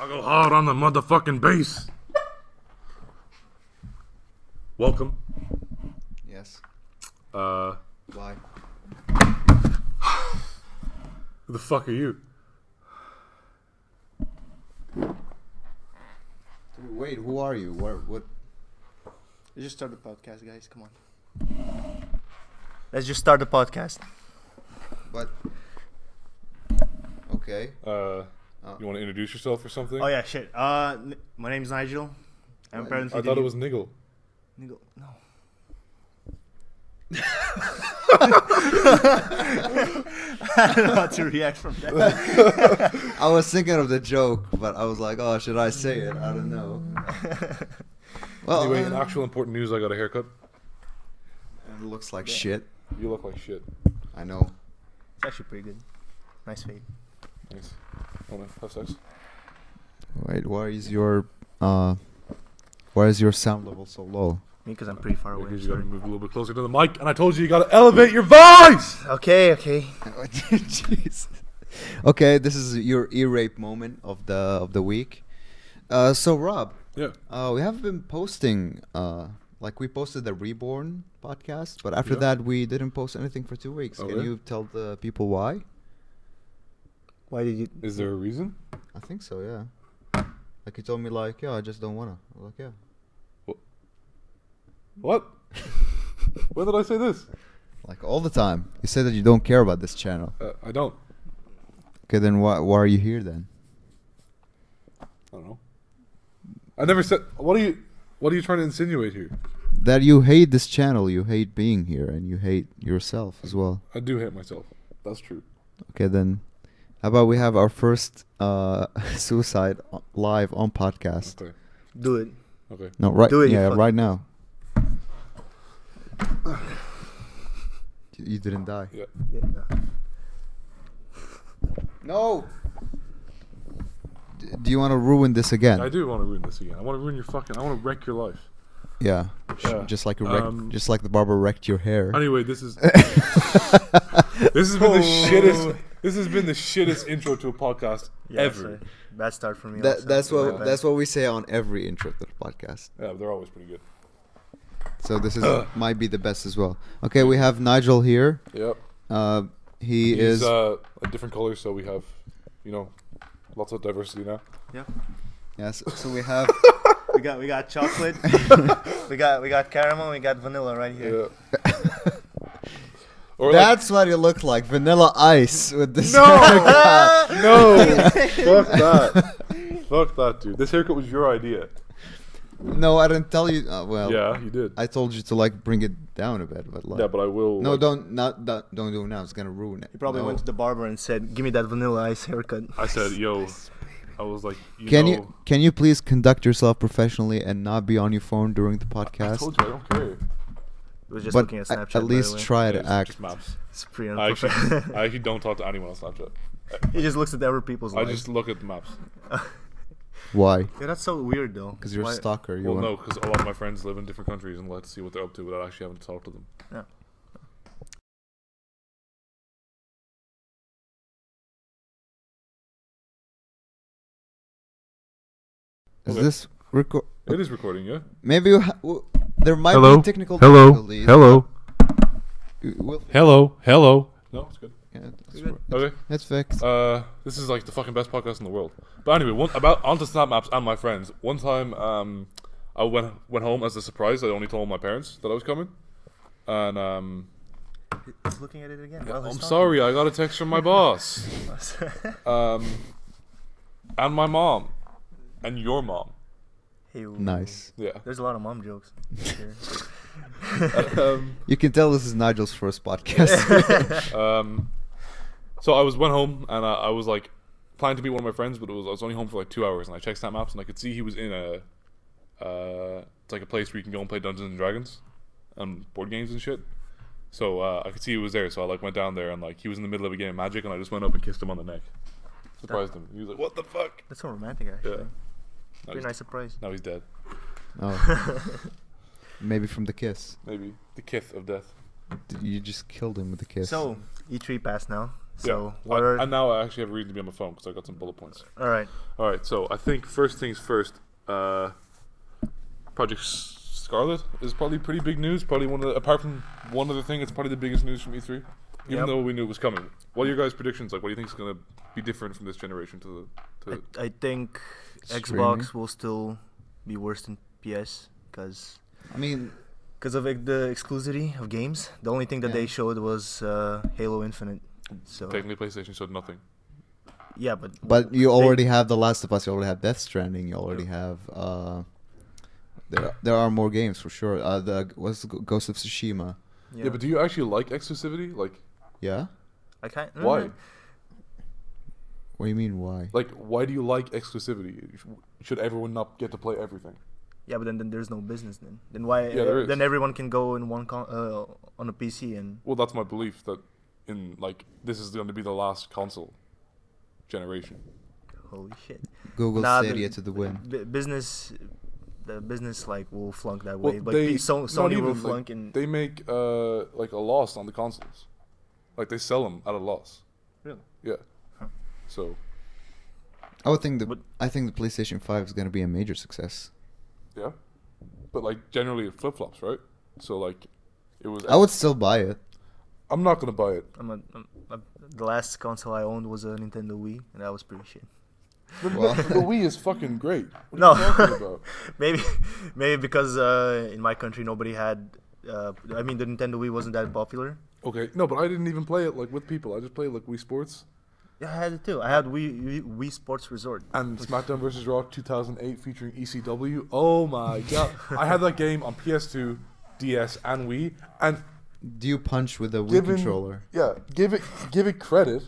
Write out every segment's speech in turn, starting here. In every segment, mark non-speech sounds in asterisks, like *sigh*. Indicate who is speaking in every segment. Speaker 1: I go hard on the motherfucking bass. Welcome.
Speaker 2: Yes.
Speaker 1: Uh,
Speaker 2: Why?
Speaker 1: who the fuck are you?
Speaker 2: Wait, who are you? Where? What?
Speaker 3: Let's just start the podcast, guys. Come on. Let's just start the podcast.
Speaker 2: What? Okay.
Speaker 1: Uh,
Speaker 2: Oh.
Speaker 1: you want to introduce yourself or something?
Speaker 3: Oh yeah, shit. Uh, n- my name's Nigel. I'm
Speaker 2: What?
Speaker 3: apparently.
Speaker 1: I thought it was Niggle.
Speaker 3: Nigel. No. *laughs* I don't know how to react from that.
Speaker 2: I was thinking of the joke, but I was like, oh, should I say it? I don't know. Well,
Speaker 1: Anyway, in
Speaker 2: uh,
Speaker 1: actual important news, I got a haircut.
Speaker 2: it looks like shit.
Speaker 1: You look like shit.
Speaker 2: I know.
Speaker 3: It's actually pretty good. Nice fade.
Speaker 1: Thanks. Wanna have sex?
Speaker 2: Wait, why is your uh, why is your sound level so low?
Speaker 3: Me, because I'm pretty far away.
Speaker 1: Because
Speaker 3: I'm
Speaker 1: you gotta
Speaker 3: sorry.
Speaker 1: move a little bit closer to the mic, and I told you you gotta elevate your voice!
Speaker 3: Okay, okay.
Speaker 2: Jeez. Okay, this is your ear rape moment of the of the week. Uh, so Rob,
Speaker 1: Yeah.
Speaker 2: uh, we have been posting. Uh, like we posted the Reborn podcast, but after
Speaker 1: Yeah.
Speaker 2: that we didn't post anything for two weeks.
Speaker 1: Oh,
Speaker 2: Can
Speaker 1: yeah?
Speaker 2: you tell the people why?
Speaker 3: Why did you?
Speaker 1: Is there a reason?
Speaker 2: I think so, yeah. Like you told me, like, yeah, I just don't wanna. I'm like, yeah.
Speaker 1: *laughs* What? When did I say this?
Speaker 2: Like all the time. You say that you don't care about this channel.
Speaker 1: Uh, I don't.
Speaker 2: Okay, then why why are you here then?
Speaker 1: I don't know. I never said. What are you? What are you trying to insinuate here?
Speaker 2: That you hate this channel, you hate being here, and you hate yourself as well.
Speaker 1: I do hate myself. That's true.
Speaker 2: Okay, then. How about we have our first uh, *laughs* suicide o- live on podcast?
Speaker 1: Okay.
Speaker 3: Do it.
Speaker 1: Okay.
Speaker 2: No, right.
Speaker 3: Do it, you
Speaker 2: yeah,
Speaker 3: fuck-
Speaker 2: right now. You didn't die.
Speaker 1: Yeah.
Speaker 3: Yeah, no.
Speaker 2: No. D- do you want to ruin this again?
Speaker 1: I do want to ruin this again. I want to ruin your fucking. I want to wreck your life.
Speaker 2: Yeah. Sh-
Speaker 1: Yeah.
Speaker 2: Just like a wreck,
Speaker 1: Um,
Speaker 2: just like the barber wrecked your hair.
Speaker 1: *laughs* Anyway, this is. this has been the shittest. This has been the shittest intro to a podcast
Speaker 3: Yeah,
Speaker 1: ever.
Speaker 3: sorry. Bad start for me. also.
Speaker 2: *laughs* That, that's
Speaker 3: My
Speaker 2: what
Speaker 3: bad.
Speaker 2: that's what we say on every intro to the podcast.
Speaker 1: Yeah, they're always pretty good.
Speaker 2: So this is might be the best as well. Okay, we have Nigel here.
Speaker 1: Yep.
Speaker 2: Uh, he
Speaker 1: He's
Speaker 2: is
Speaker 1: uh, a different color, so we have, you know, lots of diversity now.
Speaker 3: Yeah.
Speaker 2: yes. So we
Speaker 1: *laughs*
Speaker 2: have
Speaker 3: We got we got
Speaker 2: *laughs*
Speaker 3: chocolate. we got we got caramel. We got vanilla right here.
Speaker 2: *laughs*
Speaker 1: Yeah. or like-
Speaker 2: that's what he looked like, Vanilla Ice with this.
Speaker 1: *laughs* No, no, fuck that, *laughs* fuck that, dude. This haircut was your idea.
Speaker 2: no, I didn't tell you. Uh, well,
Speaker 1: Yeah, you did.
Speaker 2: I told you to like bring it down a bit, but like,
Speaker 1: yeah, but I will.
Speaker 2: no,
Speaker 1: like-
Speaker 2: don't not don't don't do it now. It's gonna ruin it.
Speaker 3: You probably
Speaker 2: No.
Speaker 3: went to the barber and said, "Give me that vanilla ice haircut."
Speaker 1: I said, yo, I was like, you
Speaker 2: Can
Speaker 1: know,
Speaker 2: you can you please conduct yourself professionally and not be on your phone during the podcast?
Speaker 1: I told you I don't care.
Speaker 3: He was just
Speaker 2: but
Speaker 3: looking at
Speaker 2: a-
Speaker 3: Snapchat.
Speaker 2: at least
Speaker 3: by the way.
Speaker 2: try
Speaker 1: Yeah,
Speaker 2: to
Speaker 1: it's
Speaker 2: act.
Speaker 1: Just maps.
Speaker 3: It's pretty
Speaker 1: I *laughs* actually,
Speaker 3: unprofessional.
Speaker 1: I actually don't talk to anyone on Snapchat.
Speaker 3: *laughs* he just looks at other people's
Speaker 1: I
Speaker 3: lives.
Speaker 1: just look at the maps.
Speaker 2: Why?
Speaker 3: *laughs* Yeah, that's so weird though.
Speaker 2: Because you're
Speaker 3: Why-
Speaker 2: a stalker. You
Speaker 1: Well,
Speaker 2: want...
Speaker 1: no, because a lot of my friends live in different countries and let's see what they're up to without actually having to talk to them.
Speaker 3: Yeah.
Speaker 2: Is
Speaker 1: Okay.
Speaker 2: this record?
Speaker 1: It is recording, yeah.
Speaker 2: Maybe you ha- w- there might
Speaker 1: Hello?
Speaker 2: be technical difficulties.
Speaker 1: hello,
Speaker 2: We'll-
Speaker 1: hello, hello. No, it's good.
Speaker 2: yeah, that's
Speaker 3: good.
Speaker 2: right.
Speaker 1: Okay.
Speaker 2: That's fixed.
Speaker 1: Uh, this is like the fucking best podcast in the world. But anyway, one, about onto Snap Maps and my friends. One time, um, I went went home as a surprise. I only told my parents that I was coming, and um,
Speaker 3: He's looking at it again. while he's
Speaker 1: I'm
Speaker 3: talking.
Speaker 1: sorry, I got a text from my boss,
Speaker 2: *laughs*
Speaker 1: um, and my mom, and your mom.
Speaker 3: *laughs* Hey, w-
Speaker 2: nice.
Speaker 1: Yeah.
Speaker 3: There's a lot of mom
Speaker 1: *laughs*
Speaker 3: jokes. *laughs* here.
Speaker 1: um,
Speaker 2: You can tell this is Nigel's
Speaker 3: *laughs*
Speaker 2: first podcast.
Speaker 1: um, so I was went home and I, I was like planning to meet one of my friends, but it was I was only home for like two hours, and I checked Snap Maps and I could see he was in a uh, it's like a place where you can go and play Dungeons and Dragons and board games and shit. So uh, I could see he was there, so I like went down there and like he was in the middle of a game of Magic, and I just went up and kissed him on the neck, surprised him. He was like, "What the fuck?"
Speaker 3: That's so romantic, actually.
Speaker 1: Yeah. Now
Speaker 3: Pretty
Speaker 1: he's,
Speaker 3: nice surprise.
Speaker 1: now he's dead.
Speaker 3: *laughs*
Speaker 2: oh. Maybe from the kiss.
Speaker 1: Maybe the kith of death.
Speaker 2: D- You just killed him with a kiss.
Speaker 3: So E3 E passed now.
Speaker 4: So
Speaker 1: yeah.
Speaker 4: what are
Speaker 1: I, and now I actually have a reason to be on the phone because I got some bullet points.
Speaker 4: all right?
Speaker 1: All right, so I think first things first. Uh, Project S- Scarlet is probably pretty big news. Probably one of the, apart from one other thing, it's probably the biggest news from E3. Even
Speaker 4: Yep.
Speaker 1: though we knew it was coming. What are your guys' predictions? Like, what do you think is going to be different from this generation to the? To,
Speaker 4: I think
Speaker 2: Streaming.
Speaker 4: Xbox will still be worse than PS because
Speaker 2: I mean,
Speaker 4: because of like, the exclusivity of games. The only thing that
Speaker 2: Yeah.
Speaker 4: they showed was uh, Halo Infinite. So
Speaker 1: technically, PlayStation showed nothing.
Speaker 4: yeah, but
Speaker 2: but you
Speaker 4: they-
Speaker 2: already have The Last of Us. You already have Death Stranding. You already have. Uh, there, there are more games for sure. Uh, the what's the Ghost of Tsushima?
Speaker 1: Yeah. but do you actually like exclusivity? Like,
Speaker 2: Yeah.
Speaker 4: I can't.
Speaker 1: why?
Speaker 2: What do you mean? Why?
Speaker 1: Like, why do you like exclusivity? Sh- Should everyone not get to play everything?
Speaker 4: Yeah, but then, then there's no business then. Then why?
Speaker 1: Yeah, there
Speaker 4: uh, then
Speaker 1: is.
Speaker 4: everyone can go in one con- uh, on a PC and
Speaker 1: Well, that's my belief that in like this is going to be the last console generation.
Speaker 4: holy shit.
Speaker 2: Google
Speaker 4: Nah,
Speaker 2: Stadia
Speaker 4: the-
Speaker 2: to the win.
Speaker 4: B- business, the business like will flunk that
Speaker 1: Well,
Speaker 4: way. But
Speaker 1: they-
Speaker 4: P- so-
Speaker 1: not
Speaker 4: Sony will
Speaker 1: even, like,
Speaker 4: flunk and
Speaker 1: They make uh like a loss on the consoles, like they sell them at a loss.
Speaker 4: Really?
Speaker 1: Yeah. So
Speaker 2: I would think the
Speaker 4: But-
Speaker 2: I think the PlayStation Five is going to be a major success.
Speaker 1: yeah, but like generally it flip flops, right? So like it was.
Speaker 4: Oh.
Speaker 2: I would still buy it.
Speaker 1: I'm not gonna buy it.
Speaker 4: I'm a, I'm a- the last console I owned was a Nintendo Wii, and that was pretty shit.
Speaker 1: The,
Speaker 2: Well-
Speaker 1: the Wii is fucking great. What
Speaker 4: No.
Speaker 1: are you
Speaker 4: *laughs*
Speaker 1: talking about?
Speaker 4: Maybe, maybe because uh, in my country nobody had. Uh, I mean, the Nintendo Wii wasn't that popular.
Speaker 1: Okay, no, but I didn't even play it like with people. I just played like Wii Sports
Speaker 4: Yeah, I had it too. I had Wii Wii, Wii Sports Resort.
Speaker 2: Ah,
Speaker 1: and SmackDown vs. Raw 2008 featuring ECW. Oh
Speaker 2: *laughs*
Speaker 1: my god, I had that game on PS2, DS, and Wii, and
Speaker 2: Do you punch with a Wii
Speaker 1: Given-
Speaker 2: controller?
Speaker 1: Yeah, give it give it credit.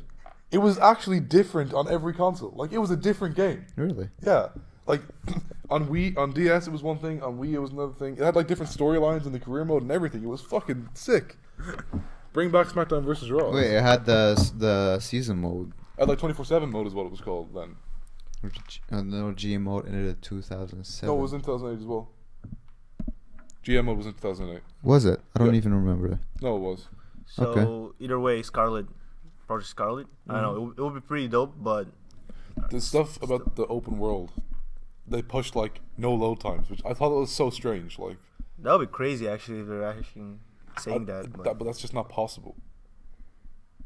Speaker 1: It was actually different on every console. Like it was a different game.
Speaker 2: Really?
Speaker 1: Yeah, like *clears throat* on Wii, on DS it was one thing, on Wii it was another thing. It had like different storylines and the career mode and everything. It was fucking sick. Bring back SmackDown versus Raw.
Speaker 2: Wait, it had the the season mode,
Speaker 1: I had like twenty four seven mode is what it was called then.
Speaker 2: or G- uh, no G mode ended at two thousand
Speaker 1: No,
Speaker 2: seven.
Speaker 1: Oh, it was in two thousand eight as well. GM mode was in two thousand eight.
Speaker 2: Was it? I
Speaker 1: Yeah.
Speaker 2: don't even remember.
Speaker 1: No, it was.
Speaker 4: So
Speaker 2: Okay. Mm-hmm.
Speaker 4: either way, Scarlet, Project Scarlet. I don't know. It, w- it would be pretty dope, but
Speaker 1: The stuff about the open world, they pushed like no load times, which I thought was so strange. Like
Speaker 4: that would be crazy actually if they're actually saying
Speaker 1: I-
Speaker 4: that. But,
Speaker 1: that- but that's just not possible.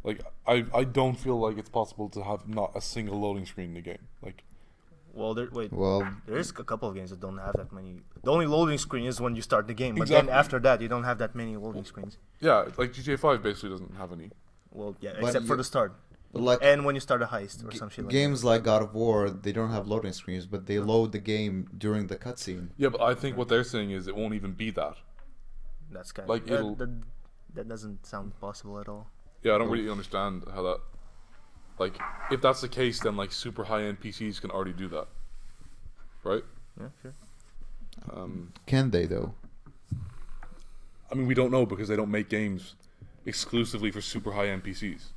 Speaker 1: Like I, I don't feel like it's possible to have not a single loading screen in the game. Like
Speaker 4: well, there wait.
Speaker 2: Well,
Speaker 4: There's a couple of games that don't have that many. The only loading screen is when you start the game, but
Speaker 1: Exactly.
Speaker 4: then after that, you don't have that many loading screens.
Speaker 1: yeah, it's like GTA Five basically doesn't have any.
Speaker 4: Well, yeah,
Speaker 2: But
Speaker 4: except for
Speaker 2: you-
Speaker 4: the start
Speaker 2: but like
Speaker 4: and when you start a heist or some shit like
Speaker 2: games like God of War, they don't have loading screens, but they load the game during the cutscene.
Speaker 1: Yeah, but I think what they're saying is it won't even be that.
Speaker 4: that. That's kind
Speaker 1: like,
Speaker 4: of that,
Speaker 1: it'll-
Speaker 4: that, that doesn't sound possible at all.
Speaker 1: Yeah, I don't really understand how that. Like, if that's the case, then like super high end PCs can already do that, right?
Speaker 4: Yeah, sure.
Speaker 1: Um,
Speaker 2: Can they though?
Speaker 1: I mean, we don't know because they don't make games exclusively for super high end PCs.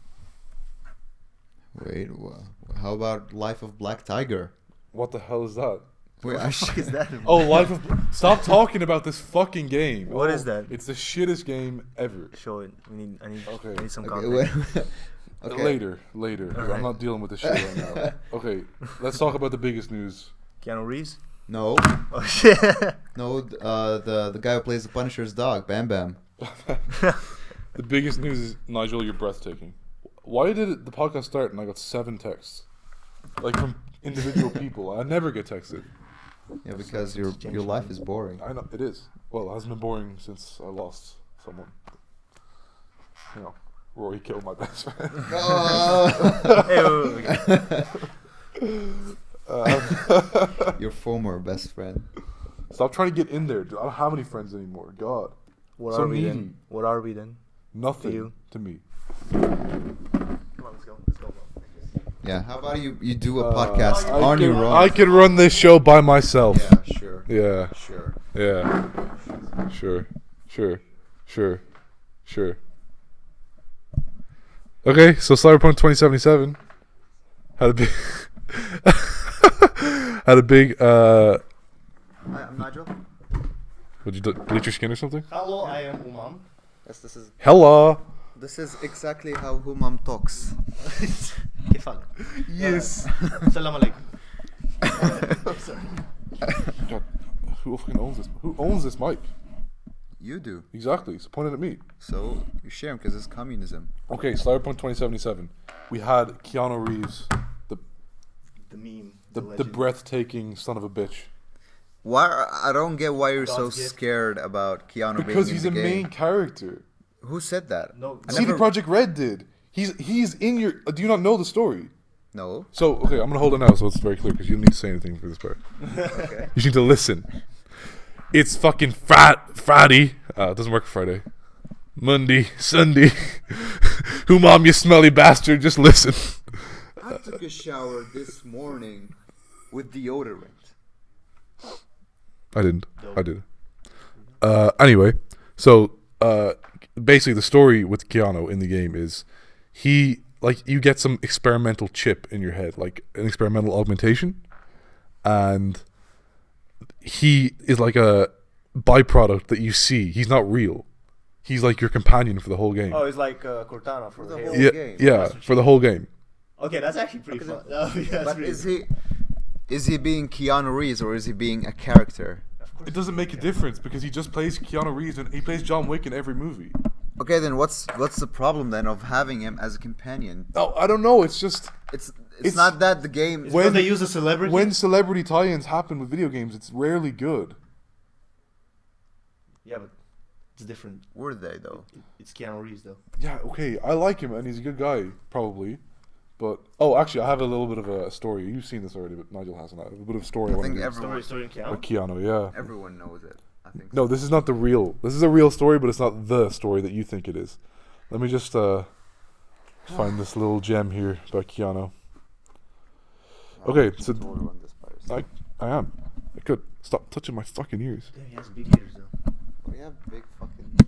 Speaker 2: Wait, wha how about Life of Black
Speaker 4: *laughs*
Speaker 2: Tiger?
Speaker 1: What the hell is that?
Speaker 2: Wait, I
Speaker 4: What
Speaker 2: should,
Speaker 4: is *laughs*
Speaker 2: *laughs*
Speaker 4: that?
Speaker 1: Oh, Life of Stop talking about this fucking game.
Speaker 4: What
Speaker 1: What is
Speaker 4: is that?
Speaker 1: It's the shittest game ever.
Speaker 4: *laughs* Show it. We need. I need.
Speaker 1: Okay.
Speaker 4: I need some
Speaker 2: okay,
Speaker 4: content.
Speaker 2: wait, *laughs* okay.
Speaker 1: Later, later. 'cause I'm
Speaker 4: Alright.
Speaker 1: not dealing with this shit right now. Okay, let's talk about the biggest news.
Speaker 4: *laughs*
Speaker 1: *laughs*
Speaker 4: Keanu Reeves.
Speaker 2: No,
Speaker 4: *laughs* Oh shit.
Speaker 2: no, th- uh, the the guy who plays the Punisher's dog, Bam Bam.
Speaker 1: The biggest news is Nigel, you're breathtaking. Why did it, the podcast start and I got seven texts, like from individual people? I never get texted.
Speaker 2: Yeah, because your
Speaker 4: James
Speaker 2: your life is boring.
Speaker 4: *laughs*
Speaker 1: I know it is. Well, it hasn't been boring since I lost someone. You know, Rory killed my best friend.
Speaker 4: *laughs* Hey, wait, wait, wait.
Speaker 2: *laughs*
Speaker 1: Um, *laughs*
Speaker 2: your former best friend.
Speaker 1: Stop trying to get in there, dude. I don't have any friends anymore. God,
Speaker 4: What
Speaker 1: So
Speaker 4: are we
Speaker 1: needy.
Speaker 4: then? What are we then?
Speaker 1: nothing
Speaker 4: You.
Speaker 1: to me.
Speaker 4: Come on, let's go. Let's go. bro.
Speaker 2: Yeah, how about you? You do a
Speaker 1: Uh,
Speaker 2: podcast
Speaker 1: I
Speaker 2: on
Speaker 1: could-
Speaker 2: your own.
Speaker 1: I could run this show by myself.
Speaker 2: Yeah, sure,
Speaker 1: Yeah.
Speaker 2: sure.
Speaker 1: Yeah. Sure. Sure. Sure. Sure. Okay, so Cyberpunk 2077 had a big *laughs* had a big uh
Speaker 5: Hi, I'm Nigel.
Speaker 1: would you do- bleach your skin or something?
Speaker 4: *laughs*
Speaker 5: Hello, I am Umam. Yes, this is
Speaker 1: Hello.
Speaker 2: This is exactly how Humam talks. *laughs*
Speaker 4: Kefal.
Speaker 1: Yes.
Speaker 4: *laughs* Salam alaikum.
Speaker 6: I'm sorry.
Speaker 1: God, who fucking owns this? Who owns this mic?
Speaker 2: You do.
Speaker 1: Exactly. It's pointed at me.
Speaker 2: So you share him because it's communism.
Speaker 1: Okay, Cyberpunk 2077. We had Keanu Reeves, the
Speaker 4: The meme.
Speaker 1: the, the
Speaker 4: legend.
Speaker 1: breathtaking son of a bitch.
Speaker 2: Why? I don't get why you're so
Speaker 4: God's gift.
Speaker 2: scared about Keanu
Speaker 1: Because
Speaker 2: being
Speaker 1: he's a
Speaker 2: in the game.
Speaker 1: main character.
Speaker 2: Who said that?
Speaker 4: No,
Speaker 2: I
Speaker 1: CD
Speaker 2: never-
Speaker 1: Project Red did. He's he's in your. Do you not know the story?
Speaker 2: No.
Speaker 1: So okay, I'm gonna hold it now so it's very clear because you don't need to say anything for this part.
Speaker 2: Okay.
Speaker 1: You just need to listen. It's fucking Fri Friday. Uh, it doesn't work Friday. Monday, Sunday. *laughs* Who mom, you smelly bastard? Just listen.
Speaker 2: I took a shower this morning with deodorant.
Speaker 1: I didn't. I did. Uh, anyway, so uh, basically, the story with Keanu in the game is he like you get some experimental chip in your head, like an experimental augmentation, and he is like a byproduct that you see. He's not real. He's like your companion for the whole game.
Speaker 4: Oh, it's like uh, Cortana for
Speaker 2: the
Speaker 4: the
Speaker 2: whole-
Speaker 1: yeah,
Speaker 2: game.
Speaker 1: yeah, for the whole game.
Speaker 4: Okay, that's actually pretty fun. *laughs* Oh, yeah, that's
Speaker 2: But
Speaker 4: really
Speaker 2: is
Speaker 4: good.
Speaker 2: he is he being Keanu Reeves or is he being a character?
Speaker 1: It doesn't make a difference because he just plays Keanu Reeves and he plays John Wick in every movie.
Speaker 2: Okay, then what's what's the problem then of having him as a companion?
Speaker 1: Oh, I don't know. It's just
Speaker 2: It's it's,
Speaker 1: It's-
Speaker 2: not that the game.
Speaker 1: When-
Speaker 4: Because they use a celebrity?
Speaker 1: when celebrity tie-ins happen with video games, it's rarely good.
Speaker 4: Yeah, but it's different.
Speaker 2: Were they though?
Speaker 4: It's Keanu Reeves, though.
Speaker 1: Yeah, okay, I like him and he's a good guy, probably. But oh, actually, I have a little bit of a story. You've seen this already, but Nigel hasn't. I have a bit of a story. I,
Speaker 2: I
Speaker 1: want
Speaker 2: think
Speaker 1: to
Speaker 2: everyone
Speaker 4: Story, story, and
Speaker 1: do.
Speaker 4: Keanu.
Speaker 1: With Keanu, yeah.
Speaker 2: everyone knows it. I think.
Speaker 1: No, this is not the real. This is a real story, but it's not the story that you think it is. Let me just uh, find this little gem here about Keanu. Okay, so I, I am. I could stop touching my fucking ears.
Speaker 4: Damn, he has big ears, though.
Speaker 2: we have Oh, big fucking.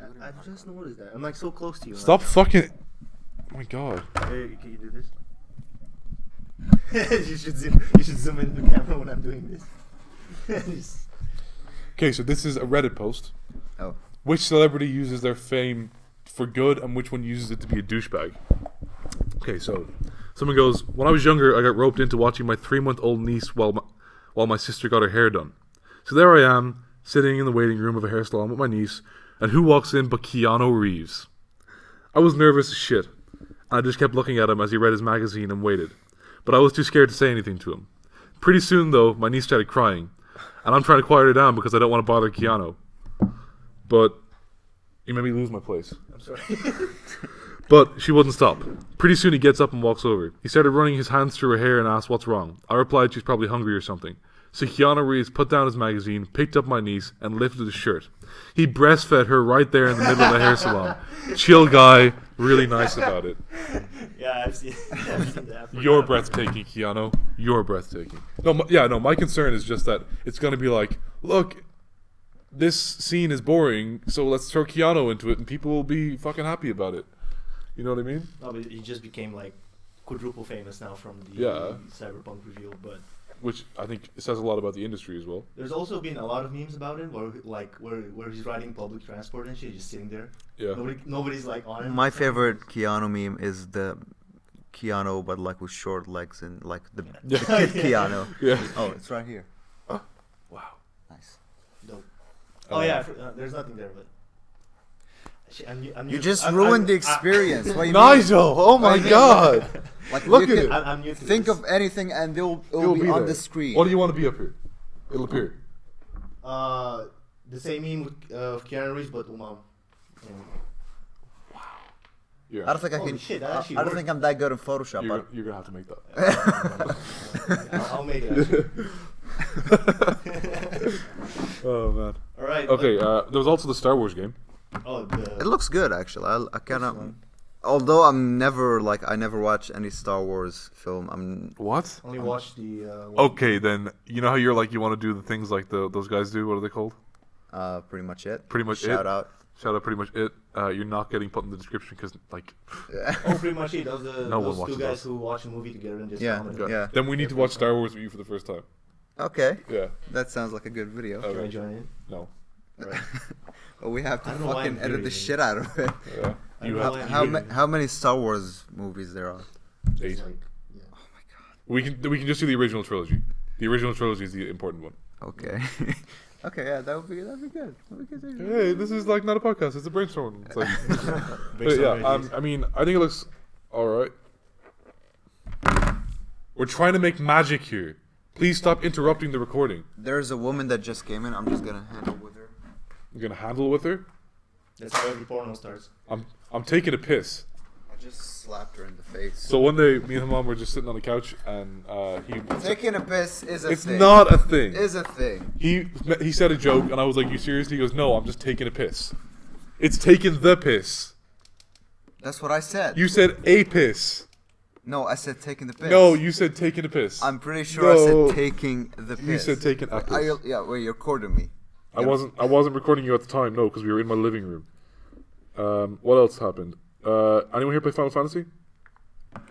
Speaker 4: I, I've just noticed that. I'm like so close to you.
Speaker 1: Stop fucking. Oh my god.
Speaker 4: Like, hey, can you do this? *laughs* you should zoom. You should zoom into the camera when I'm doing this. *laughs* Just-
Speaker 1: Okay, so this is a Reddit post.
Speaker 2: Oh,
Speaker 1: Which celebrity uses their fame for good and which one uses it to be a douchebag? Okay, so someone goes, When I was younger, I got roped into watching my three month old niece while my, while my sister got her hair done. So there I am, sitting in the waiting room of a hair salon with my niece, and who walks in but Keanu Reeves? I was nervous as shit. I just kept looking at him as he read his magazine and waited. But I was too scared to say anything to him. Pretty soon, though, my niece started crying, and I'm trying to quiet her down because I don't want to bother Keanu. But you made me lose my place.
Speaker 4: I'm sorry. *laughs*
Speaker 1: But she wouldn't stop. Pretty soon he gets up and walks over. He started running his hands through her hair and asked what's wrong. I replied she's probably hungry or something. So Keanu Reeves put down his magazine, picked up my niece, and lifted his shirt. He breastfed her right there in the middle of the hair salon. Chill guy, really nice about it.
Speaker 4: yeah, I've seen. *laughs* I've seen that. I forgot
Speaker 1: You're
Speaker 4: about
Speaker 1: breathtaking, Keanu. You're breathtaking. No, my, yeah, no. My concern is just that it's gonna be like, look, this scene is boring, so let's throw Keanu into it, and people will be fucking happy about it. You know what I mean?
Speaker 4: it. No, but he just became like quadruple famous now from the
Speaker 1: Yeah.
Speaker 4: cyberpunk reveal. But
Speaker 1: Which I think says a lot about the industry as well.
Speaker 4: there's also been a lot of memes about him, where like where where he's riding public transport and shit, just sitting there.
Speaker 1: Yeah.
Speaker 4: Nobody, nobody's like on him.
Speaker 2: my favorite Keanu meme is the Keanu, but like with short legs and like the, the kid Keanu.
Speaker 1: *laughs* Yeah.
Speaker 2: Oh, it's right here.
Speaker 1: *gasps* Wow.
Speaker 2: Nice.
Speaker 4: Dope. Oh yeah, I for, uh, there's nothing there, but. Shit, I'm, u- I'm
Speaker 2: You
Speaker 4: new-
Speaker 2: just
Speaker 4: I'm-
Speaker 2: ruined
Speaker 4: I'm-
Speaker 2: the
Speaker 4: I-
Speaker 2: experience. What do you mean?
Speaker 1: Nigel! Oh my
Speaker 2: Nigel. *laughs*
Speaker 1: God!
Speaker 2: Like,
Speaker 1: Look
Speaker 2: you
Speaker 1: at
Speaker 2: can
Speaker 1: it.
Speaker 4: I, am new to
Speaker 2: Think
Speaker 4: this.
Speaker 2: of anything, and it'll it'll,
Speaker 1: It'll
Speaker 2: be,
Speaker 1: be
Speaker 2: on
Speaker 1: there.
Speaker 2: the screen.
Speaker 1: What do you want to be up here? It'll appear.
Speaker 4: uh, the same meme with uh, Keanu Reeves, but Umam.
Speaker 2: I
Speaker 1: Yeah.
Speaker 2: don't think I
Speaker 4: Holy
Speaker 2: can.
Speaker 4: shit, that
Speaker 2: I, I
Speaker 4: actually
Speaker 2: don't
Speaker 4: worked.
Speaker 2: think I'm that good in Photoshop.
Speaker 1: You're,
Speaker 2: but
Speaker 1: you're gonna have to make that.
Speaker 2: *laughs*
Speaker 4: I'll, I'll make it.
Speaker 1: *laughs* Oh man.
Speaker 4: All right.
Speaker 1: Okay. Uh, there was also the Star Wars game.
Speaker 4: but- oh, the,
Speaker 2: it looks good actually. I, I kind of, although I'm never like I never watch any Star Wars film. I'm
Speaker 1: What?
Speaker 4: only watch the. Uh, one-
Speaker 1: Okay, then you know how you're like you want to do the things like the those guys do. What are they called?
Speaker 2: uh, pretty much it.
Speaker 1: Pretty much it.
Speaker 2: Shout out.
Speaker 1: Shout out, pretty much it. Uh, you're not getting put in the description because like, *laughs*
Speaker 4: Oh, pretty much it. Those, uh,
Speaker 1: No one
Speaker 4: those
Speaker 1: watches
Speaker 4: two guys
Speaker 1: those.
Speaker 4: who watch a movie together and just
Speaker 2: Yeah,
Speaker 4: comment.
Speaker 2: yeah.
Speaker 1: then we need to watch Star Wars with you for the first time.
Speaker 2: *laughs* Okay,
Speaker 1: Yeah.
Speaker 2: that sounds like a good video.
Speaker 1: Okay.
Speaker 4: Can I join in?
Speaker 1: No.
Speaker 4: All right.
Speaker 2: *laughs* But we have to
Speaker 4: I don't know why
Speaker 2: fucking
Speaker 4: I'm
Speaker 2: edit the
Speaker 4: doing
Speaker 2: shit out of it.
Speaker 1: Yeah.
Speaker 4: I
Speaker 1: You
Speaker 4: don't
Speaker 1: have
Speaker 4: know,
Speaker 1: to
Speaker 4: like,
Speaker 2: How,
Speaker 1: do
Speaker 2: ma- how many Star Wars movies there are?
Speaker 1: eight.
Speaker 4: it's like, yeah.
Speaker 1: We can we can just do the original trilogy. The original trilogy is the important one.
Speaker 2: Okay. *laughs* okay, yeah, that would be that'd be good. That'd be good.
Speaker 1: Hey, this is like not a podcast. It's a brainstorm. It's
Speaker 4: *laughs*
Speaker 1: like,
Speaker 4: Based
Speaker 1: but
Speaker 4: on
Speaker 1: yeah,
Speaker 4: ideas.
Speaker 1: um, I mean, I think it looks all right. We're trying to make magic here. Please stop interrupting the recording.
Speaker 2: There's a woman that just came in. I'm just gonna handle with her.
Speaker 1: You're gonna handle with her.
Speaker 4: That's how every porno starts.
Speaker 1: I'm I'm taking a piss.
Speaker 2: I just slapped her in the face.
Speaker 1: So one day, me and my mom were just sitting on the couch, and uh, he.
Speaker 2: taking a piss is a
Speaker 1: It's
Speaker 2: thing.
Speaker 1: not a thing.
Speaker 2: is a thing.
Speaker 1: He he said a joke, and I was like, "You seriously?" He goes, "No, I'm just taking a piss." It's taking the piss.
Speaker 2: That's what I said.
Speaker 1: You said a piss.
Speaker 2: no, I said taking the piss.
Speaker 1: No, you said taking a piss.
Speaker 2: I'm pretty sure I
Speaker 1: No.
Speaker 2: said taking the piss.
Speaker 1: You said taking a
Speaker 2: Are
Speaker 1: piss.
Speaker 2: you, yeah, wait, you're recording me.
Speaker 1: I wasn't. I wasn't recording you at the time. No, because we were in my living room. Um, what else happened? Uh, anyone here play Final Fantasy?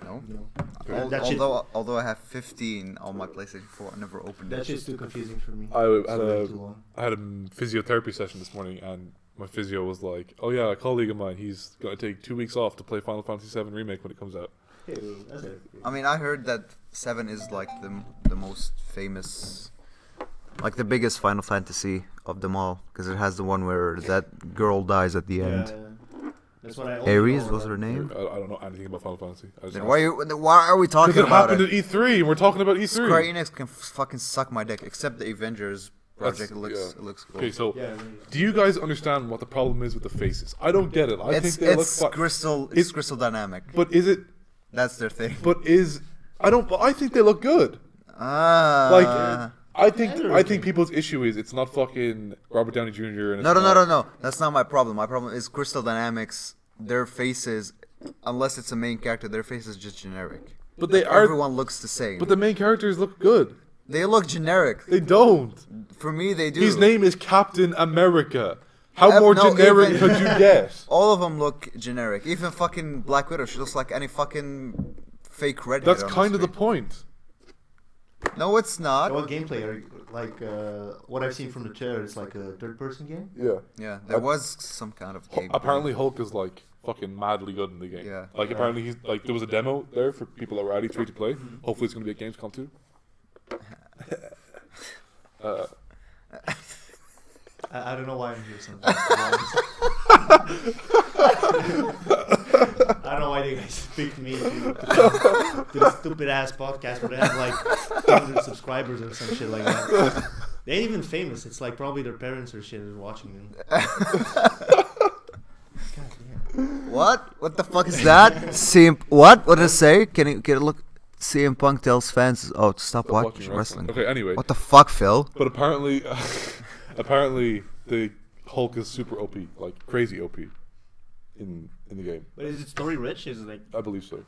Speaker 2: No.
Speaker 4: No.
Speaker 2: Al-
Speaker 4: That shit-
Speaker 2: although although I have 15 on my PlayStation 4, I never opened
Speaker 4: That
Speaker 2: it.
Speaker 4: shit's too confusing for me.
Speaker 1: I
Speaker 4: It's
Speaker 1: had
Speaker 4: way
Speaker 1: a-
Speaker 4: too long.
Speaker 1: I had a mm, physiotherapy session this morning, and my physio was like, "Oh yeah, a colleague of mine. He's gonna take two weeks off to play Final Fantasy VII remake when it comes out."
Speaker 4: Hey, that's it.
Speaker 2: I mean, I heard that 7 is like the the most famous, like the biggest Final Fantasy of them all, because it has the one where that girl dies at the
Speaker 4: Yeah,
Speaker 2: end.
Speaker 4: yeah. That's what I only
Speaker 2: Ares
Speaker 4: know
Speaker 2: was
Speaker 4: about-
Speaker 2: her
Speaker 1: I, I
Speaker 2: name.
Speaker 1: don't know anything about Final Fantasy. I just
Speaker 2: Then why you, then why are we talking
Speaker 1: Because it
Speaker 2: about it?
Speaker 1: happened at E3, and we're talking about E E3.
Speaker 2: Square Enix can f- fucking suck my dick, except the Avengers
Speaker 1: That's-
Speaker 2: project looks
Speaker 1: yeah.
Speaker 2: it looks cool.
Speaker 1: Okay, so
Speaker 4: Yeah, really.
Speaker 1: do you guys understand what the problem is with the faces? I don't get it. I
Speaker 2: it's
Speaker 1: think they
Speaker 2: it's
Speaker 1: look. Fu-
Speaker 2: crystal it's,
Speaker 1: it's-
Speaker 2: crystal dynamic.
Speaker 1: but is it?
Speaker 2: That's their thing.
Speaker 1: But is? I don't. I think they look good.
Speaker 2: Ah.
Speaker 1: Like uh, I think
Speaker 4: Yeah.
Speaker 1: I think people's issue is it's not fucking Robert Downey Jr. and it's
Speaker 2: no, no, no,
Speaker 1: not-
Speaker 2: no, no. That's not my problem. My problem is crystal dynamics. Their faces, unless it's a main character, their face is just generic.
Speaker 1: But they are.
Speaker 2: Everyone looks the same.
Speaker 1: But the main characters look good.
Speaker 2: they look generic.
Speaker 1: They don't.
Speaker 2: For me, they do.
Speaker 1: His name is Captain America. How
Speaker 2: Uh,
Speaker 1: more
Speaker 2: no, Oh,
Speaker 1: generic
Speaker 2: even-
Speaker 1: could
Speaker 2: *laughs*
Speaker 1: you get?
Speaker 2: All of them look generic. Even fucking Black Widow, she looks like any fucking fake redhead.
Speaker 1: That's
Speaker 2: on
Speaker 1: kind of the
Speaker 2: screen.
Speaker 1: point.
Speaker 2: No, it's not.
Speaker 4: What gameplay are you, like uh, what I've seen from the trailer is like a third person game?
Speaker 1: Yeah.
Speaker 2: Yeah, there was some kind of game.
Speaker 1: Apparently, Hulk is like fucking madly good in the game.
Speaker 2: Yeah.
Speaker 1: Like apparently he's like there was a demo there for people that were at E3 to play.
Speaker 2: Mm-hmm.
Speaker 1: Hopefully it's gonna be at Gamescom too. uh,
Speaker 4: I, I don't know why I'm here sometimes. to be honest. I don't know why they guys picked me to, to this stupid ass podcast where they have like 100 subscribers or some shit like that. They ain't even famous. It's like probably their parents or shit is watching them. God damn.
Speaker 2: What? What the fuck is that? CM What? What did it say? Can you can it look? CM Punk tells fans, "Oh, to stop, watching, wrestling."
Speaker 1: Okay. Anyway.
Speaker 2: What the fuck, Phil?
Speaker 1: But apparently, *laughs* apparently the Hulk is super OP, like crazy OP, in in the game.
Speaker 4: But is it story rich? Is it like
Speaker 1: I believe so.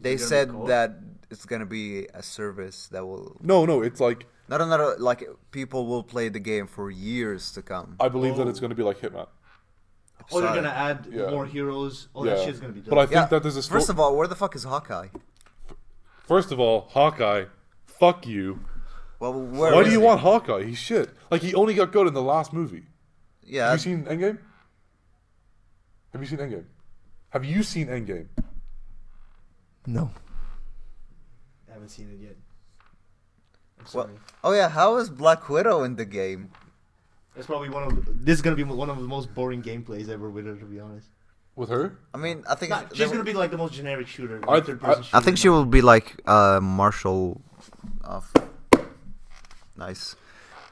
Speaker 2: They
Speaker 4: gonna
Speaker 2: said
Speaker 4: record?
Speaker 2: that it's gonna be a service that will
Speaker 1: No, no, it's like
Speaker 2: not another like people will play the game for years to come.
Speaker 1: I believe that it's going to be like Hitman.
Speaker 4: oh they're
Speaker 2: Sorry.
Speaker 4: gonna add
Speaker 1: Yeah.
Speaker 4: more heroes? Oh
Speaker 1: Yeah.
Speaker 4: that shit's gonna be dope.
Speaker 1: But I think that there's a sto-
Speaker 2: First of all, where the fuck is Hawkeye?
Speaker 1: First of all, Hawkeye, fuck you.
Speaker 2: Well, where?
Speaker 1: Why
Speaker 2: is
Speaker 1: do you
Speaker 2: he?
Speaker 1: want Hawkeye? He's shit. Like he only got good in the last movie.
Speaker 2: Yeah,
Speaker 1: Have you seen Endgame? Have you seen Endgame? Have you seen Endgame?
Speaker 4: no. I haven't seen it yet. I'm
Speaker 2: well-
Speaker 4: sorry.
Speaker 2: oh yeah, how is Black Widow in the game?
Speaker 4: That's probably one of the, this is gonna be one of the most boring gameplays ever with her to be honest.
Speaker 1: With her?
Speaker 2: I mean, I think
Speaker 4: Nah,
Speaker 2: there
Speaker 4: she's
Speaker 2: were-
Speaker 4: gonna be like the most generic shooter. like,
Speaker 1: I-
Speaker 4: third-person
Speaker 2: I think
Speaker 4: shooter.
Speaker 2: she will be like uh, a marshal of nice.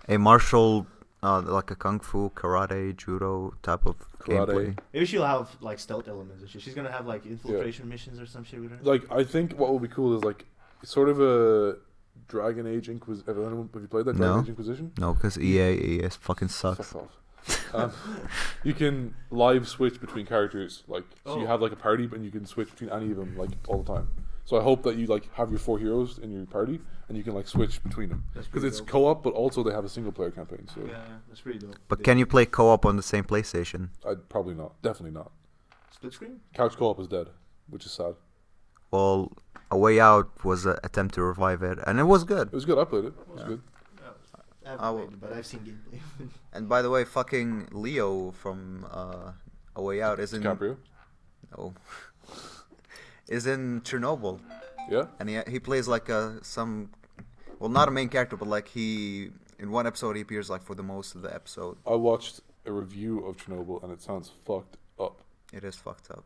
Speaker 2: A martial uh, like a kung fu, karate, judo type of
Speaker 1: Karate.
Speaker 2: gameplay.
Speaker 4: Maybe she'll have like stealth elements and shit. She's gonna have like infiltration missions or some shit with her.
Speaker 1: Like I think what will be cool is like sort of a Dragon Age Inquisition. Have anyone- have you played that Dragon
Speaker 2: No.
Speaker 1: Age Inquisition?
Speaker 2: No, E because EA ES fucking sucks.
Speaker 1: Fuck *laughs* off. Um, you can live switch between characters, like so you
Speaker 4: Oh.
Speaker 1: have like a party, and you can switch between any of them like all the time. So I hope that you like have your four heroes in your party, and you can like switch between them
Speaker 4: That's
Speaker 1: because
Speaker 4: pretty
Speaker 1: it's
Speaker 4: dope.
Speaker 1: co-op, but also they have a single player campaign. So
Speaker 4: Yeah, yeah, that's pretty dope.
Speaker 2: But can you play co-op on the same PlayStation?
Speaker 1: I'd probably not, definitely not.
Speaker 4: split screen?
Speaker 1: Couch co-op is dead, which is sad.
Speaker 2: Well, A Way Out was an attempt to revive it, and it was
Speaker 1: It
Speaker 2: good.
Speaker 1: was good. I played it. It was good.
Speaker 4: I haven't
Speaker 2: I will-
Speaker 4: played, it, but I've seen gameplay. *laughs*
Speaker 2: And by the way, fucking Leo from uh, A Way Out isn't
Speaker 1: DiCaprio.
Speaker 2: Oh. *laughs* Is in Chernobyl,
Speaker 1: Yeah.
Speaker 2: and he he plays like a some, well, not a main character, but like he in one episode he appears like for the most of the episode.
Speaker 1: I watched a review of Chernobyl and it sounds fucked up.
Speaker 2: It is fucked up.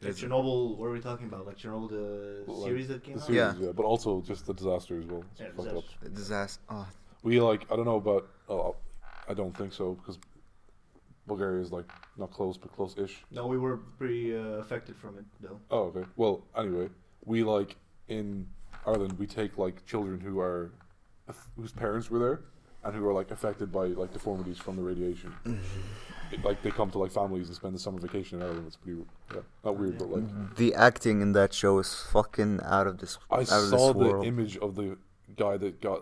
Speaker 4: Like
Speaker 2: Is it-
Speaker 4: Chernobyl, what are we talking about? Like Chernobyl, the
Speaker 1: Like,
Speaker 4: series that came
Speaker 1: the
Speaker 4: out?
Speaker 1: series,
Speaker 2: Yeah.
Speaker 1: yeah. But also just the disaster as well. It's
Speaker 4: Yeah,
Speaker 1: fucked up.
Speaker 4: disaster.
Speaker 2: The disaster. Oh,
Speaker 1: We like I don't know about. Oh, I don't think so because Bulgaria is like not close but close-ish.
Speaker 4: No, we were pretty uh, affected from it, though.
Speaker 1: Oh, okay. Well, anyway, we like in Ireland we take like children who are whose parents were there and who are like affected by like deformities from the radiation.
Speaker 2: Mm-hmm.
Speaker 1: It- like they come to like families and spend the summer vacation in Ireland. It's pretty yeah, not weird, but like
Speaker 2: the acting in that show is fucking out of this.
Speaker 1: I
Speaker 2: out of
Speaker 1: saw
Speaker 2: this
Speaker 1: the
Speaker 2: world.
Speaker 1: image of the guy that got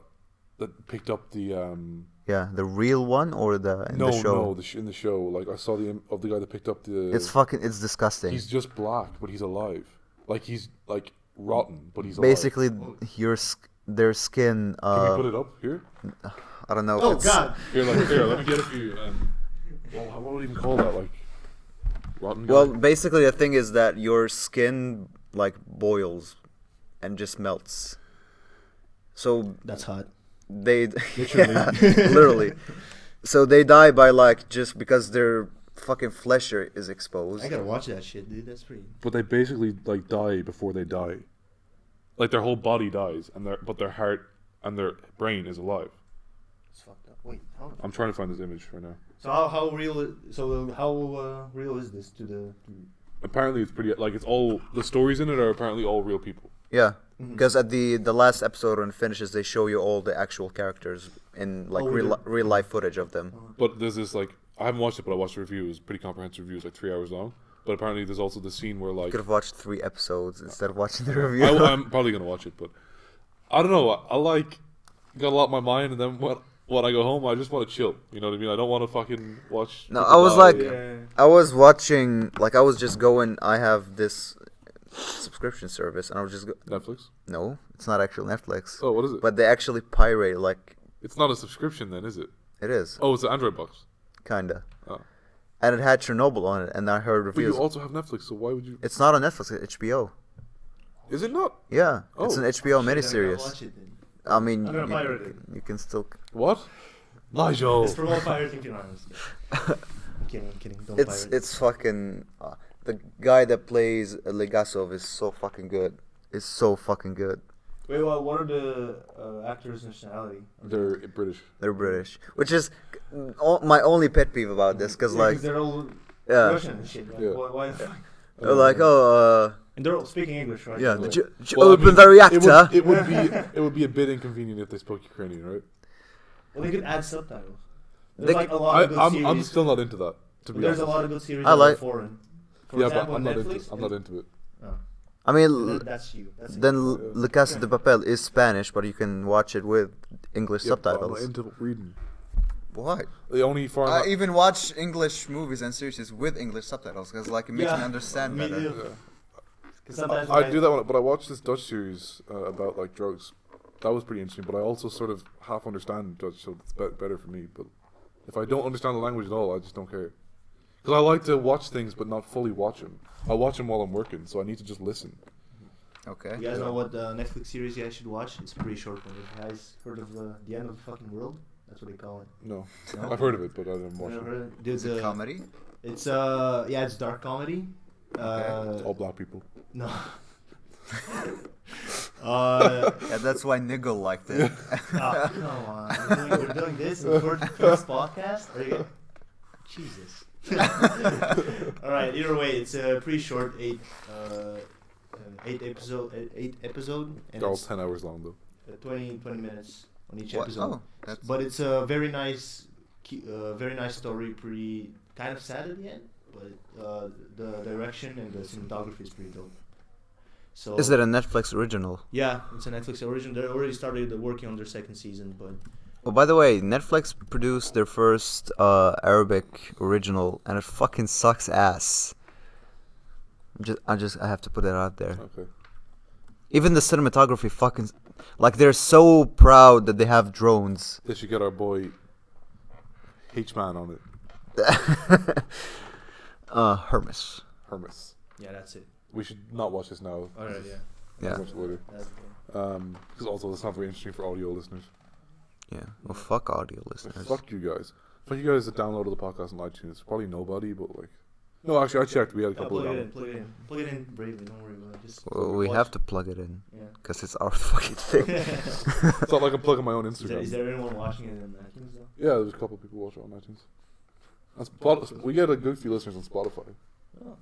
Speaker 1: that picked up the um
Speaker 2: yeah, the real one or the in
Speaker 1: no
Speaker 2: the show.
Speaker 1: no the sh- in the show like I saw the Im- of the guy that picked up the
Speaker 2: It's fucking. It's disgusting.
Speaker 1: he's just black but he's alive like he's like rotten but he's
Speaker 2: Basically, your sk- their skin.
Speaker 1: alive. can
Speaker 2: Uh,
Speaker 1: we put it up here
Speaker 2: I don't know. if
Speaker 4: Oh,
Speaker 2: it's,
Speaker 4: God!
Speaker 1: Here, like, here, let me get a few. Um, well, what would you even call that? Like, rotten.
Speaker 2: Well,
Speaker 1: guy?
Speaker 2: basically, the thing is that your skin like boils and just melts. So
Speaker 4: That's hot.
Speaker 2: they *laughs* literally, literally. So they die by like just because their fucking flesh are- is exposed.
Speaker 4: I gotta watch that shit, dude. That's pretty.
Speaker 1: but they basically like die before they die. Like their whole body dies, and their but their heart and their brain is alive.
Speaker 4: It's fucked up. Wait, how?
Speaker 1: I'm trying to find this image right now.
Speaker 4: So how, how real? i- So how uh, real is this to the?
Speaker 1: Apparently, it's pretty. Like, it's all the stories in it are apparently all real people.
Speaker 2: Yeah, because at the the last episode when it finishes, they show you all the actual characters in like
Speaker 4: Oh,
Speaker 2: real
Speaker 4: the-
Speaker 2: li- real life footage of them.
Speaker 1: But there's this like I haven't watched it, but I watched a review. It was a pretty comprehensive review. It's like three hours long. But apparently, there's also the scene where like
Speaker 2: Could have watched three episodes instead of watching the
Speaker 1: I,
Speaker 2: review.
Speaker 1: I'm probably gonna watch it, but I don't know. I, I like got a lot in my mind, and then when when I go home, I just want to chill. You know what I mean? I don't want to fucking watch.
Speaker 2: *laughs* No,
Speaker 1: people
Speaker 2: I was
Speaker 1: die.
Speaker 2: like- I was watching like I was just going. I have this subscription service, and I was just go-
Speaker 1: Netflix.
Speaker 2: no, it's not actually Netflix,
Speaker 1: Oh, what is it?
Speaker 2: but they actually pirate like
Speaker 1: it's not a subscription, then, is it?
Speaker 2: it is
Speaker 1: Oh, it's an Android box.
Speaker 2: kinda,
Speaker 1: Oh.
Speaker 2: and it had Chernobyl on it, and I heard
Speaker 1: But
Speaker 2: reviews.
Speaker 1: you also have Netflix, so why would you?
Speaker 2: it's not on Netflix, it's HBO.
Speaker 1: Is it not?
Speaker 2: Yeah, it's
Speaker 1: Oh.
Speaker 2: an HBO
Speaker 4: serious.
Speaker 2: miniseries.
Speaker 4: Watch it then.
Speaker 2: I mean,
Speaker 4: I'm gonna
Speaker 2: you-
Speaker 4: pirate it.
Speaker 2: you
Speaker 1: *laughs*
Speaker 2: can still
Speaker 1: What? Nigel.
Speaker 4: It's for all pirating in arms. I'm kidding. I'm kidding. Don't
Speaker 2: It's
Speaker 4: pirate.
Speaker 2: it's fucking uh, the guy that plays Legasov is so fucking good. Is so fucking good.
Speaker 4: Wait, well, what are the uh, actors' nationality?
Speaker 1: They're British.
Speaker 2: They're British, which is all, my only pet peeve about this, because
Speaker 4: Yeah,
Speaker 2: like,
Speaker 4: they're all
Speaker 2: Yeah.
Speaker 4: Russian and shit. Like,
Speaker 1: Yeah.
Speaker 4: why, why the fuck?
Speaker 2: they're like, oh,
Speaker 4: And they're all speaking English,
Speaker 2: uh,
Speaker 4: right?
Speaker 2: yeah,
Speaker 4: So,
Speaker 2: did
Speaker 4: like,
Speaker 2: you, did you
Speaker 1: Well, I
Speaker 2: open
Speaker 1: mean,
Speaker 2: the
Speaker 1: It would,
Speaker 2: reactor?
Speaker 1: it would be it would be a bit inconvenient if they spoke Ukrainian, right?
Speaker 4: well, they could add subtitles. There's
Speaker 2: They-
Speaker 4: like a lot
Speaker 1: I,
Speaker 4: of good
Speaker 1: I'm,
Speaker 4: series.
Speaker 1: I'm still not into that. To be
Speaker 4: There's a
Speaker 1: honest.
Speaker 4: lot of good series
Speaker 2: I
Speaker 4: that are
Speaker 2: like-
Speaker 4: foreign. For
Speaker 1: yeah, but
Speaker 4: example,
Speaker 1: I'm not into.
Speaker 4: Netflix,
Speaker 1: I'm not into it.
Speaker 2: I mean,
Speaker 4: Th-
Speaker 2: l-
Speaker 4: That's you. That's
Speaker 2: then L- La Casa de Papel is Spanish, but you can watch it with English
Speaker 1: Yeah, but I'm not
Speaker 2: subtitles.
Speaker 1: into reading.
Speaker 2: Why?
Speaker 1: The only foreign.
Speaker 2: even watch English movies and series with English subtitles, because like it
Speaker 4: Yeah. Me too. 'Cause sometimes
Speaker 1: I
Speaker 4: when
Speaker 1: do that one, but I watched this Dutch series uh, about like drugs. That was pretty interesting, but I also sort of half understand Dutch, so it's be- better for me. But if I don't understand the language at all, I just don't care. Because I like to watch things, but not fully watch them. I watch them while I'm working, so I need to just listen.
Speaker 2: Okay.
Speaker 4: You guys know what uh, Netflix series you guys should watch? It's a pretty short one. Have you guys heard of the, the End of the Fucking World? That's what they call it.
Speaker 1: No,
Speaker 2: No?
Speaker 1: I've heard of it, but I didn't
Speaker 4: You
Speaker 1: watch
Speaker 4: never
Speaker 1: it.
Speaker 4: heard of it? Dude, the-
Speaker 2: comedy? *laughs*
Speaker 4: It's uh yeah, it's dark comedy. *laughs*
Speaker 1: It's
Speaker 4: Uh,
Speaker 1: all black people.
Speaker 4: no. uh,
Speaker 2: Yeah, that's why Niggle liked it.
Speaker 4: *laughs* ah, come on, we're doing, we're doing this in the first, first podcast. Are
Speaker 1: *laughs*
Speaker 4: you, Jesus. *laughs* All right. Either way, it's a pretty short eight, uh, uh, eight episode, eight, eight episode, and
Speaker 1: They're all
Speaker 4: it's uh,
Speaker 1: ten hours long though.
Speaker 4: 20, 20 minutes on each
Speaker 2: What?
Speaker 4: episode.
Speaker 2: Oh, that's,
Speaker 4: But it's a very nice, ki- uh, very nice story. Pretty kind of sad at the end, but uh, the direction and the cinematography is pretty dope. So
Speaker 2: is it a Netflix original?
Speaker 4: Yeah, it's a Netflix original. They already started working on their second season, but
Speaker 2: Oh, by the way, Netflix produced their first uh, Arabic original, and it fucking sucks ass. I'm just, I just, I have to put that out there.
Speaker 1: Okay.
Speaker 2: Even the cinematography, fucking, like they're so proud that they have drones.
Speaker 1: They should get our boy H Man on it,
Speaker 2: *laughs* uh, Hermes.
Speaker 1: Hermes.
Speaker 4: Yeah, that's it.
Speaker 1: We should not watch this now.
Speaker 4: All right, yeah.
Speaker 2: Yeah.
Speaker 1: Much later.
Speaker 4: That's
Speaker 1: Um, because also it's not very interesting for audio listeners.
Speaker 2: Yeah. Well, fuck audio listeners.
Speaker 1: Fuck you guys. Fuck you guys that downloaded the podcast on iTunes. Probably nobody, but like, no, actually, I checked. We had a
Speaker 4: yeah,
Speaker 1: couple
Speaker 4: plug
Speaker 1: of
Speaker 4: it
Speaker 1: downloads.
Speaker 4: in. Plug it in. Plug it in bravely. Don't worry about it. Just
Speaker 2: Well, we
Speaker 4: watch.
Speaker 2: have to plug it in
Speaker 4: Yeah.
Speaker 2: *laughs* because it's our
Speaker 1: *laughs*
Speaker 2: fucking thing.
Speaker 4: is,
Speaker 1: It's not like I'm plugging my own
Speaker 4: there,
Speaker 1: Instagram.
Speaker 4: is there anyone watching it in iTunes though?
Speaker 1: Yeah, there was a couple of people watch it on iTunes. On Spot- we get a good few listeners on Spotify.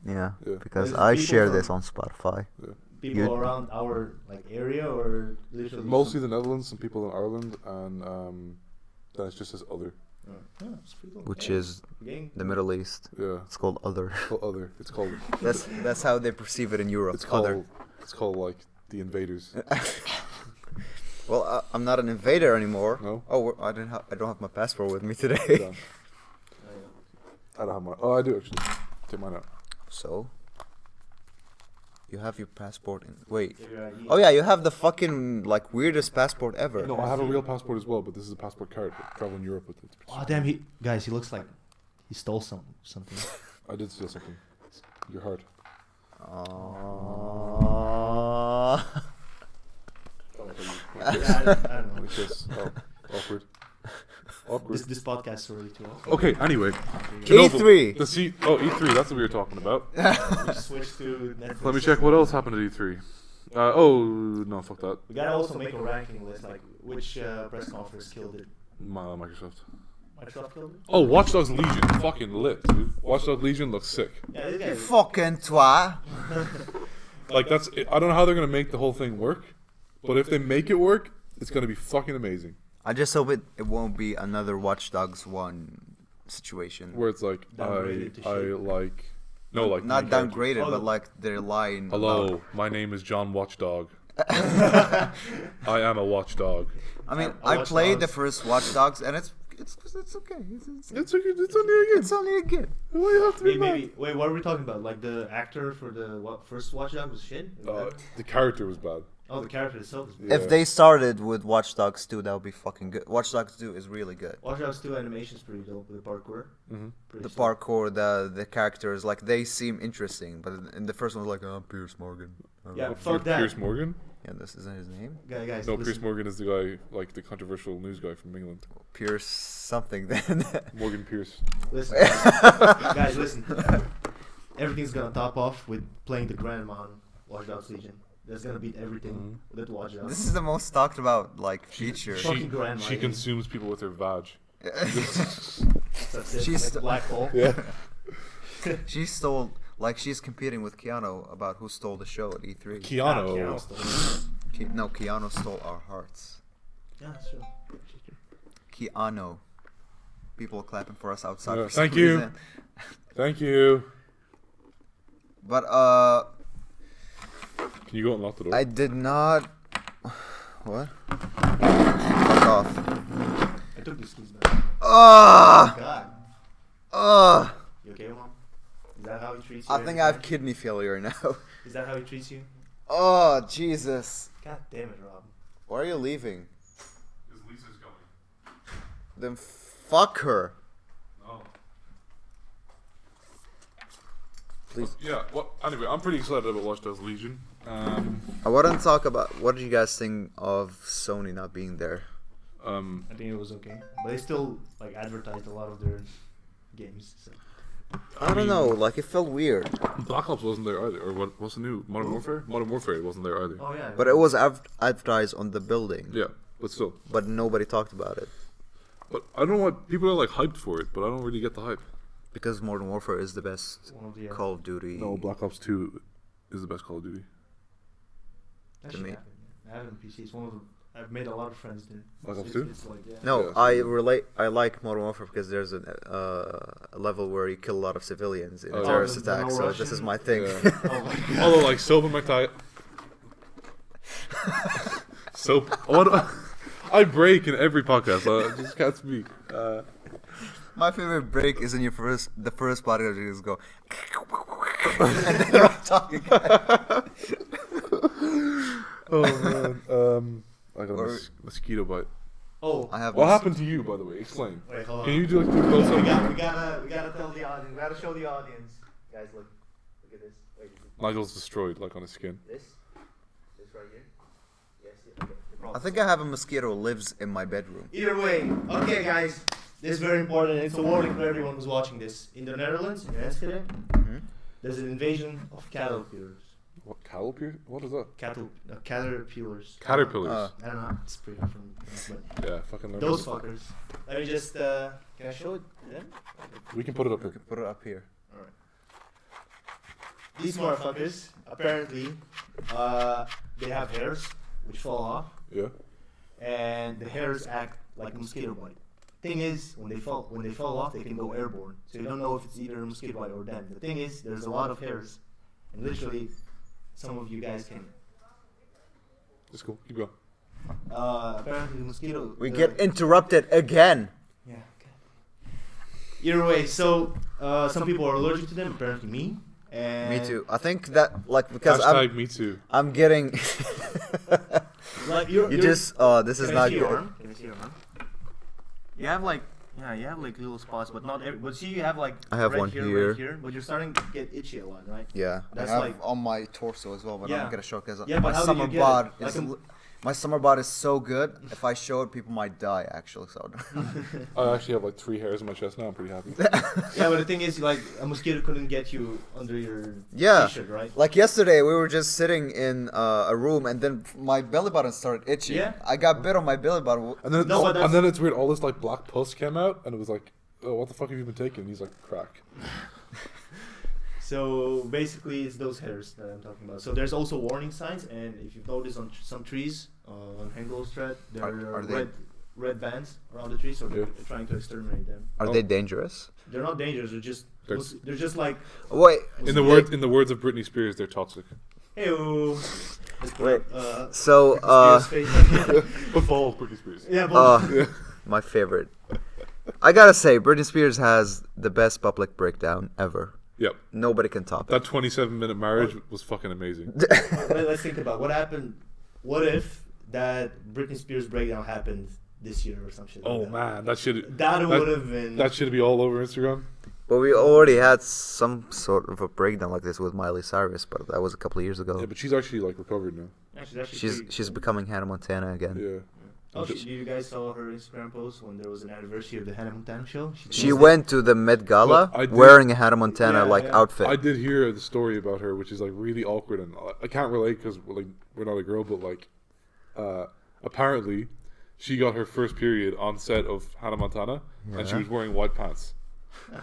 Speaker 2: yeah.
Speaker 1: Yeah.
Speaker 2: Because
Speaker 4: There's
Speaker 2: I
Speaker 4: people
Speaker 2: share
Speaker 4: from-
Speaker 2: this on Spotify.
Speaker 4: People
Speaker 2: You-
Speaker 4: around our like area or literally
Speaker 1: Mostly the Netherlands, some people in Ireland, and um, then it's just this other.
Speaker 4: Yeah. Oh, Yeah, it's pretty cool.
Speaker 2: Which
Speaker 4: Yeah.
Speaker 2: is
Speaker 4: Gang.
Speaker 2: the Middle East.
Speaker 1: Yeah,
Speaker 2: It's called other.
Speaker 1: it's called other. It's called.
Speaker 2: *laughs* That's that's how they perceive it in Europe.
Speaker 1: It's called. It's called like the invaders.
Speaker 2: Well, I, I'm not an invader anymore.
Speaker 1: No?
Speaker 2: Oh, we're- I didn't. Ha- I don't have my passport with me
Speaker 1: I
Speaker 2: today.
Speaker 1: don't
Speaker 4: Oh,
Speaker 1: have mine. Oh, I do actually. Take mine out.
Speaker 2: *laughs* so, you have your passport in. Wait.
Speaker 4: Yeah, your ID.
Speaker 2: Oh yeah, you have the fucking like weirdest passport ever.
Speaker 1: No, I have a real passport as well, but this is a passport card. I travel in Europe with it.
Speaker 4: Oh damn! He guys, he looks like he stole some something.
Speaker 1: I did steal something. Your heart.
Speaker 2: Aw.
Speaker 1: Oh,
Speaker 4: yeah, I, don't, I don't know.
Speaker 1: kiss. Oh, awkward. Awkward.
Speaker 4: This, this podcast is already too old.
Speaker 1: Okay. Anyway,
Speaker 2: E3.
Speaker 1: The C. Oh, E3. That's what we were talking about.
Speaker 4: we switch to Netflix.
Speaker 1: Let me check what else happened at E3. Uh, oh no, fuck that.
Speaker 4: We gotta also make a ranking list, like which uh, press conference killed it.
Speaker 1: My, uh, Microsoft.
Speaker 4: Microsoft killed it.
Speaker 1: Oh, Watch Dogs Legion, fucking lit, dude. Watch Dogs Legion looks sick.
Speaker 4: Yeah, this guy.
Speaker 2: You *laughs* fucking twat.
Speaker 1: Like that's. I don't know how they're gonna make the whole thing work, but if they make it work, it's gonna be fucking amazing.
Speaker 2: I just hope it, it won't be another Watch Dogs one situation.
Speaker 1: Where it's like I
Speaker 4: Downgraded to
Speaker 1: I
Speaker 4: shit.
Speaker 1: like no like
Speaker 2: Not
Speaker 1: main character.
Speaker 2: downgraded,
Speaker 4: Oh,
Speaker 2: but
Speaker 4: the-
Speaker 2: like they're lying.
Speaker 1: Hello,
Speaker 2: about-
Speaker 1: my name is John Watchdog. *laughs* I am a watchdog.
Speaker 2: I mean,
Speaker 4: I
Speaker 2: I
Speaker 4: watched
Speaker 2: played the
Speaker 4: Dogs.
Speaker 2: first Watch Dogs, and it's it's it's okay. It's, it's,
Speaker 1: It's okay. It's on the
Speaker 2: it's only a good.
Speaker 1: Why you have to
Speaker 4: Maybe, maybe. Wait, what are we talking about? Like the actor for the what, first Watch Dogs was shit. Is
Speaker 1: Uh,
Speaker 4: that-
Speaker 1: the character was bad.
Speaker 4: oh, the character itself. Is
Speaker 1: Yeah.
Speaker 2: If they started with Watch Dogs 2, that would be fucking good. Watch Dogs 2 is really good.
Speaker 4: Watch Dogs 2 animation's pretty dope. The parkour.
Speaker 1: Mhm.
Speaker 4: Pretty
Speaker 2: The
Speaker 4: sick.
Speaker 2: parkour, the the characters, like they seem interesting, but in- in the first one, like, oh, Pierce Morgan. I don't
Speaker 4: Yeah,
Speaker 2: know.
Speaker 4: fuck that.
Speaker 1: Pierce Morgan?
Speaker 2: yeah, this isn't his name.
Speaker 4: Guy- guys,
Speaker 1: No, Pierce
Speaker 4: listen.
Speaker 1: Morgan is the guy, like the controversial news guy from England.
Speaker 2: Pierce something. *laughs* Then
Speaker 1: Morgan Pierce.
Speaker 4: *laughs* Listen, guys, Guys, listen. Everything's gonna top off with playing the grandma on Watch Dogs Legion. That's gonna beat everything with Watch Dogs.
Speaker 2: this is the most talked about like feature.
Speaker 1: She,
Speaker 4: Fucking grandma,
Speaker 1: she
Speaker 4: yeah.
Speaker 1: consumes people with her
Speaker 2: *laughs*
Speaker 1: vag.
Speaker 4: That's it.
Speaker 2: she's
Speaker 4: like
Speaker 2: st-
Speaker 4: black hole.
Speaker 2: she stole like she's competing with Keanu about who stole the show at E3.
Speaker 4: Ah,
Speaker 1: Keanu.
Speaker 4: Keanu stole it.
Speaker 2: Ke- no, Keanu stole our hearts.
Speaker 4: Yeah, that's true.
Speaker 2: Keanu. People are clapping for us outside.
Speaker 1: Yeah,
Speaker 2: for some
Speaker 1: thank you.
Speaker 2: reason.
Speaker 1: Thank you.
Speaker 2: But uh,
Speaker 1: Can you go and lock the door?
Speaker 2: I did not. *sighs* What? Fuck off.
Speaker 4: I took these keys back.
Speaker 2: Ah!
Speaker 4: God.
Speaker 2: Ah!
Speaker 4: You okay, mom? Is that how he treats you?
Speaker 2: I think
Speaker 4: every
Speaker 2: I have
Speaker 4: time?
Speaker 2: kidney failure *laughs* now.
Speaker 4: Is that how he treats you?
Speaker 2: Oh Jesus!
Speaker 4: God damn it, Rob.
Speaker 2: Why are you leaving?
Speaker 1: Lisa's going.
Speaker 2: Then fuck her.
Speaker 1: No.
Speaker 2: Please.
Speaker 1: Yeah, well, anyway, I'm pretty excited about Watch Dogs Legion. Um,
Speaker 2: I want to talk about what do you guys think of Sony not being there?
Speaker 1: um,
Speaker 4: I think it was okay, but they still like advertised a lot of their games. So.
Speaker 2: I don't
Speaker 1: mean-
Speaker 2: know. Like it felt weird,
Speaker 1: Black Ops wasn't there either. Or what, what's the new? Modern Warfare? Modern Warfare wasn't there either.
Speaker 4: Oh yeah.
Speaker 2: but it was adv- advertised on the building,
Speaker 1: Yeah, but still.
Speaker 2: but nobody talked about it
Speaker 1: But I don't know what people are like hyped for it, but I don't really get the hype.
Speaker 2: because Modern Warfare is the best
Speaker 4: one of the uh,
Speaker 2: Call of Duty.
Speaker 1: No, Black Ops 2 is the best Call of Dudy.
Speaker 4: that
Speaker 2: to
Speaker 4: shit
Speaker 2: me.
Speaker 4: happened, yeah. I have it on PC. It's one of the. I've made a lot of friends there.
Speaker 1: Black
Speaker 4: It's-
Speaker 1: Ops
Speaker 4: it's,
Speaker 1: 2?
Speaker 4: It's like yeah.
Speaker 2: No,
Speaker 1: Yeah,
Speaker 2: I relate. I like Modern Warfare because there's an, uh, a level where you kill a lot of civilians in
Speaker 1: Oh,
Speaker 2: a
Speaker 1: yeah.
Speaker 2: terrorist
Speaker 4: Oh, the- the
Speaker 2: attack. So this
Speaker 4: Russian-
Speaker 2: is my thing.
Speaker 1: Yeah.
Speaker 2: *laughs*
Speaker 4: Oh my
Speaker 1: *laughs*
Speaker 4: god.
Speaker 1: Although, like, soap and *laughs* McTaggart. soap. What? *laughs* I break in every podcast. I just can't speak. Uh,
Speaker 2: my favorite break is in your first, the first part of it. You just go, *laughs* and *laughs* then you're talking.
Speaker 1: *laughs* oh man. Um, I got a
Speaker 2: Or-
Speaker 1: mos- mosquito bite.
Speaker 4: Oh.
Speaker 2: I have.
Speaker 1: What
Speaker 2: this-
Speaker 1: happened to you, by the way? Explain.
Speaker 4: Wait, hold on.
Speaker 1: Can you do like do a
Speaker 4: We
Speaker 1: close up?
Speaker 4: got. We gotta. We gotta tell the audience. We gotta show the audience. Guys, look. Look at this. Wait,
Speaker 1: Nigel's destroyed, like on his skin.
Speaker 7: This? This right here? Yes, yeah, okay. the
Speaker 2: I
Speaker 7: problem.
Speaker 2: think I have a mosquito lives in my bedroom.
Speaker 4: Either way, okay, guys, this is very important. It's a warning for everyone who's watching this. In the Netherlands, in Enschede, there's an invasion of caterpillars.
Speaker 1: What caterpillar? What is that? Ah.
Speaker 4: Cattle, uh, caterpillars.
Speaker 1: Caterpillars.
Speaker 2: Uh,
Speaker 4: I don't know. It's pretty different. But
Speaker 1: yeah, fucking. learn
Speaker 4: those
Speaker 1: this.
Speaker 4: fuckers. Let me just. Uh, can I show it? Them?
Speaker 1: We can put it up
Speaker 2: We
Speaker 1: here.
Speaker 2: can put it up here.
Speaker 4: These motherfuckers apparently uh, they have hairs which fall off,
Speaker 1: Yeah.
Speaker 4: and the hairs act like a mosquito bite. Thing is, when they fall when they fall off, they can go airborne, so you don't know if it's either a mosquito bite or them. The thing is, there's a lot of hairs, and literally, some of you guys can.
Speaker 1: It's cool. Keep going.
Speaker 4: Uh, apparently, the mosquito.
Speaker 2: We
Speaker 4: the-
Speaker 2: get interrupted again.
Speaker 4: Yeah. Either way, so uh, some people are allergic to them. Apparently, me. And
Speaker 2: Me too. I think that like because
Speaker 1: Hashtag
Speaker 2: I'm
Speaker 1: me too.
Speaker 2: I'm getting. *laughs*
Speaker 4: Like you're,
Speaker 2: you
Speaker 4: you're-
Speaker 2: just oh this is
Speaker 4: Can I
Speaker 2: not
Speaker 4: see your
Speaker 2: good.
Speaker 4: arm? Can I see your arm? You have like yeah, you have like little spots, but not every. But see, you have like
Speaker 2: I have
Speaker 4: right
Speaker 2: one
Speaker 4: here,
Speaker 2: here.
Speaker 4: right here. But you're starting to get itchy a lot, right?
Speaker 2: Yeah,
Speaker 4: That's
Speaker 2: I have
Speaker 4: like-
Speaker 2: on my torso as well, but I'm
Speaker 4: Yeah.
Speaker 2: not gonna show because
Speaker 4: Yeah,
Speaker 2: my
Speaker 4: but how did
Speaker 2: summer
Speaker 4: you get
Speaker 2: bod
Speaker 4: it?
Speaker 2: is
Speaker 4: Like a-
Speaker 2: l- my summer bod is so good. If I show it, people might die. Actually, so *laughs*
Speaker 1: I actually have like three hairs in my chest now. I'm pretty happy.
Speaker 4: *laughs* yeah, but the thing is, like a mosquito couldn't get you under your
Speaker 2: Yeah.
Speaker 4: t-shirt, right?
Speaker 2: like yesterday, we were just sitting in uh, a room, and then my belly button started itching.
Speaker 4: Yeah.
Speaker 2: I got bit on my belly button.
Speaker 1: *laughs* And then it's,
Speaker 4: No, but that's-
Speaker 1: and then it's weird. All this like black pus came out, and it was like, oh, what the fuck have you been taking? And he's like, crack.
Speaker 4: So basically, it's those hairs that I'm talking about. So there's also warning signs, and if you've noticed on tr- some trees, uh, on Hengel's thread, there
Speaker 2: Are-
Speaker 4: are,
Speaker 2: are they-
Speaker 4: red red bands around the trees, so they're
Speaker 1: Yeah.
Speaker 4: trying to exterminate them.
Speaker 2: Are
Speaker 1: Oh.
Speaker 2: they dangerous?
Speaker 4: They're not dangerous. They're just
Speaker 1: They're-
Speaker 4: mos- they're just like
Speaker 2: Wait.
Speaker 1: In the words, in the words of Britney Spears, they're toxic.
Speaker 4: hey.
Speaker 2: Wait.
Speaker 4: Uh,
Speaker 2: So, uh, *laughs*
Speaker 1: Football, Britney Spears.
Speaker 4: yeah, but
Speaker 2: uh, *laughs* my favorite. I gotta say, Britney Spears has the best public breakdown ever.
Speaker 1: Yep.
Speaker 2: Nobody can top it.
Speaker 1: That 27 minute marriage was fucking amazing.
Speaker 2: *laughs*
Speaker 4: Let- *laughs* let's think about what happened. What if that Britney Spears breakdown happened this year or some shit? like
Speaker 1: Oh
Speaker 4: that?
Speaker 1: man, that should
Speaker 4: that would have been.
Speaker 1: that should be all over Instagram.
Speaker 2: But we already had some sort of a breakdown like this with Miley Cyrus, but that was a couple of years ago.
Speaker 1: Yeah, but she's actually like recovered now.
Speaker 4: actually, actually
Speaker 2: she's
Speaker 4: pretty-
Speaker 2: she's becoming Hannah Montana again.
Speaker 1: Yeah.
Speaker 4: Oh, she, you guys saw her Instagram post when there was an anniversary of the Hannah Montana show.
Speaker 2: She
Speaker 4: posted-
Speaker 2: went to the Met Gala
Speaker 1: Look, I did-
Speaker 2: wearing a Hannah Montana
Speaker 4: Yeah,
Speaker 2: like
Speaker 4: yeah.
Speaker 2: outfit.
Speaker 1: I did hear the story about her, which is like really awkward, and I- I can't relate because like we're not a girl, but like, uh, apparently, she got her first period on set of Hannah Montana, and she was wearing white pants, *laughs*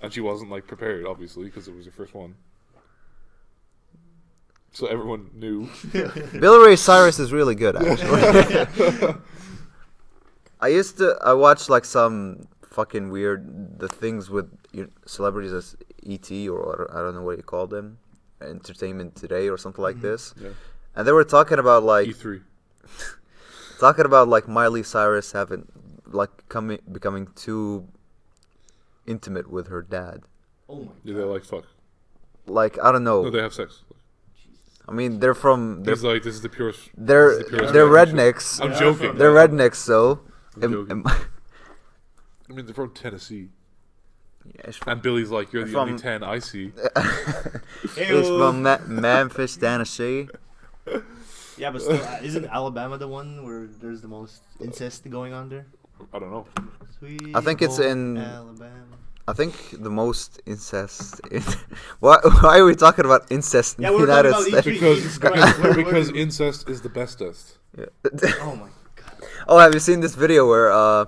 Speaker 1: and she wasn't like prepared, obviously, because it was her first one. So everyone
Speaker 2: *laughs*
Speaker 1: knew.
Speaker 2: Billy Ray Cyrus is really good actually.
Speaker 1: *laughs*
Speaker 2: I used to I watched like some fucking weird the things with you- celebrities as ET or what- I don't know what you call them, Entertainment Today or something like this,
Speaker 1: Mm-hmm. Yeah.
Speaker 2: and they were talking about like
Speaker 1: E three.
Speaker 2: talking about like Miley Cyrus having like coming becoming too intimate with her dad.
Speaker 4: *laughs* Oh my
Speaker 1: Yeah, they're like fuck.
Speaker 2: Like I don't know.
Speaker 1: No, they have sex.
Speaker 2: I mean, they're from they're
Speaker 1: He's like, this is the purest.
Speaker 2: they're,
Speaker 1: this is the purest
Speaker 2: they're
Speaker 1: version.
Speaker 2: rednecks.
Speaker 1: I'm
Speaker 4: Yeah.
Speaker 1: joking.
Speaker 2: They're rednecks, so.
Speaker 1: I'm
Speaker 2: Am,
Speaker 1: joking.
Speaker 2: am,
Speaker 1: I mean, they're from Tennessee.
Speaker 2: Yeah, it's from, *laughs*
Speaker 1: And Billy's like, you're the
Speaker 2: From-
Speaker 1: only ten I
Speaker 2: *laughs*
Speaker 1: see.
Speaker 2: it's
Speaker 4: Ew.
Speaker 2: from Ma- Memphis, Tennessee.
Speaker 4: Yeah, but still, uh,
Speaker 1: *laughs*
Speaker 4: isn't Alabama the one where there's the most incest going on there?
Speaker 1: I don't know.
Speaker 4: Sweet
Speaker 2: I think it's
Speaker 4: home
Speaker 2: in-
Speaker 4: Alabama.
Speaker 2: I think the most incest. In, *laughs* why, why are we talking about incest in
Speaker 4: Yeah,
Speaker 2: the
Speaker 4: we're
Speaker 2: United
Speaker 4: talking about
Speaker 2: States?
Speaker 4: E3.
Speaker 1: *laughs* Because
Speaker 4: Jesus
Speaker 2: *laughs*
Speaker 4: Christ, *laughs* where- where
Speaker 1: because
Speaker 4: do we-
Speaker 1: incest is the best test.
Speaker 2: Yeah. *laughs*
Speaker 4: Oh my god. *laughs*
Speaker 2: oh, have you seen this video where uh,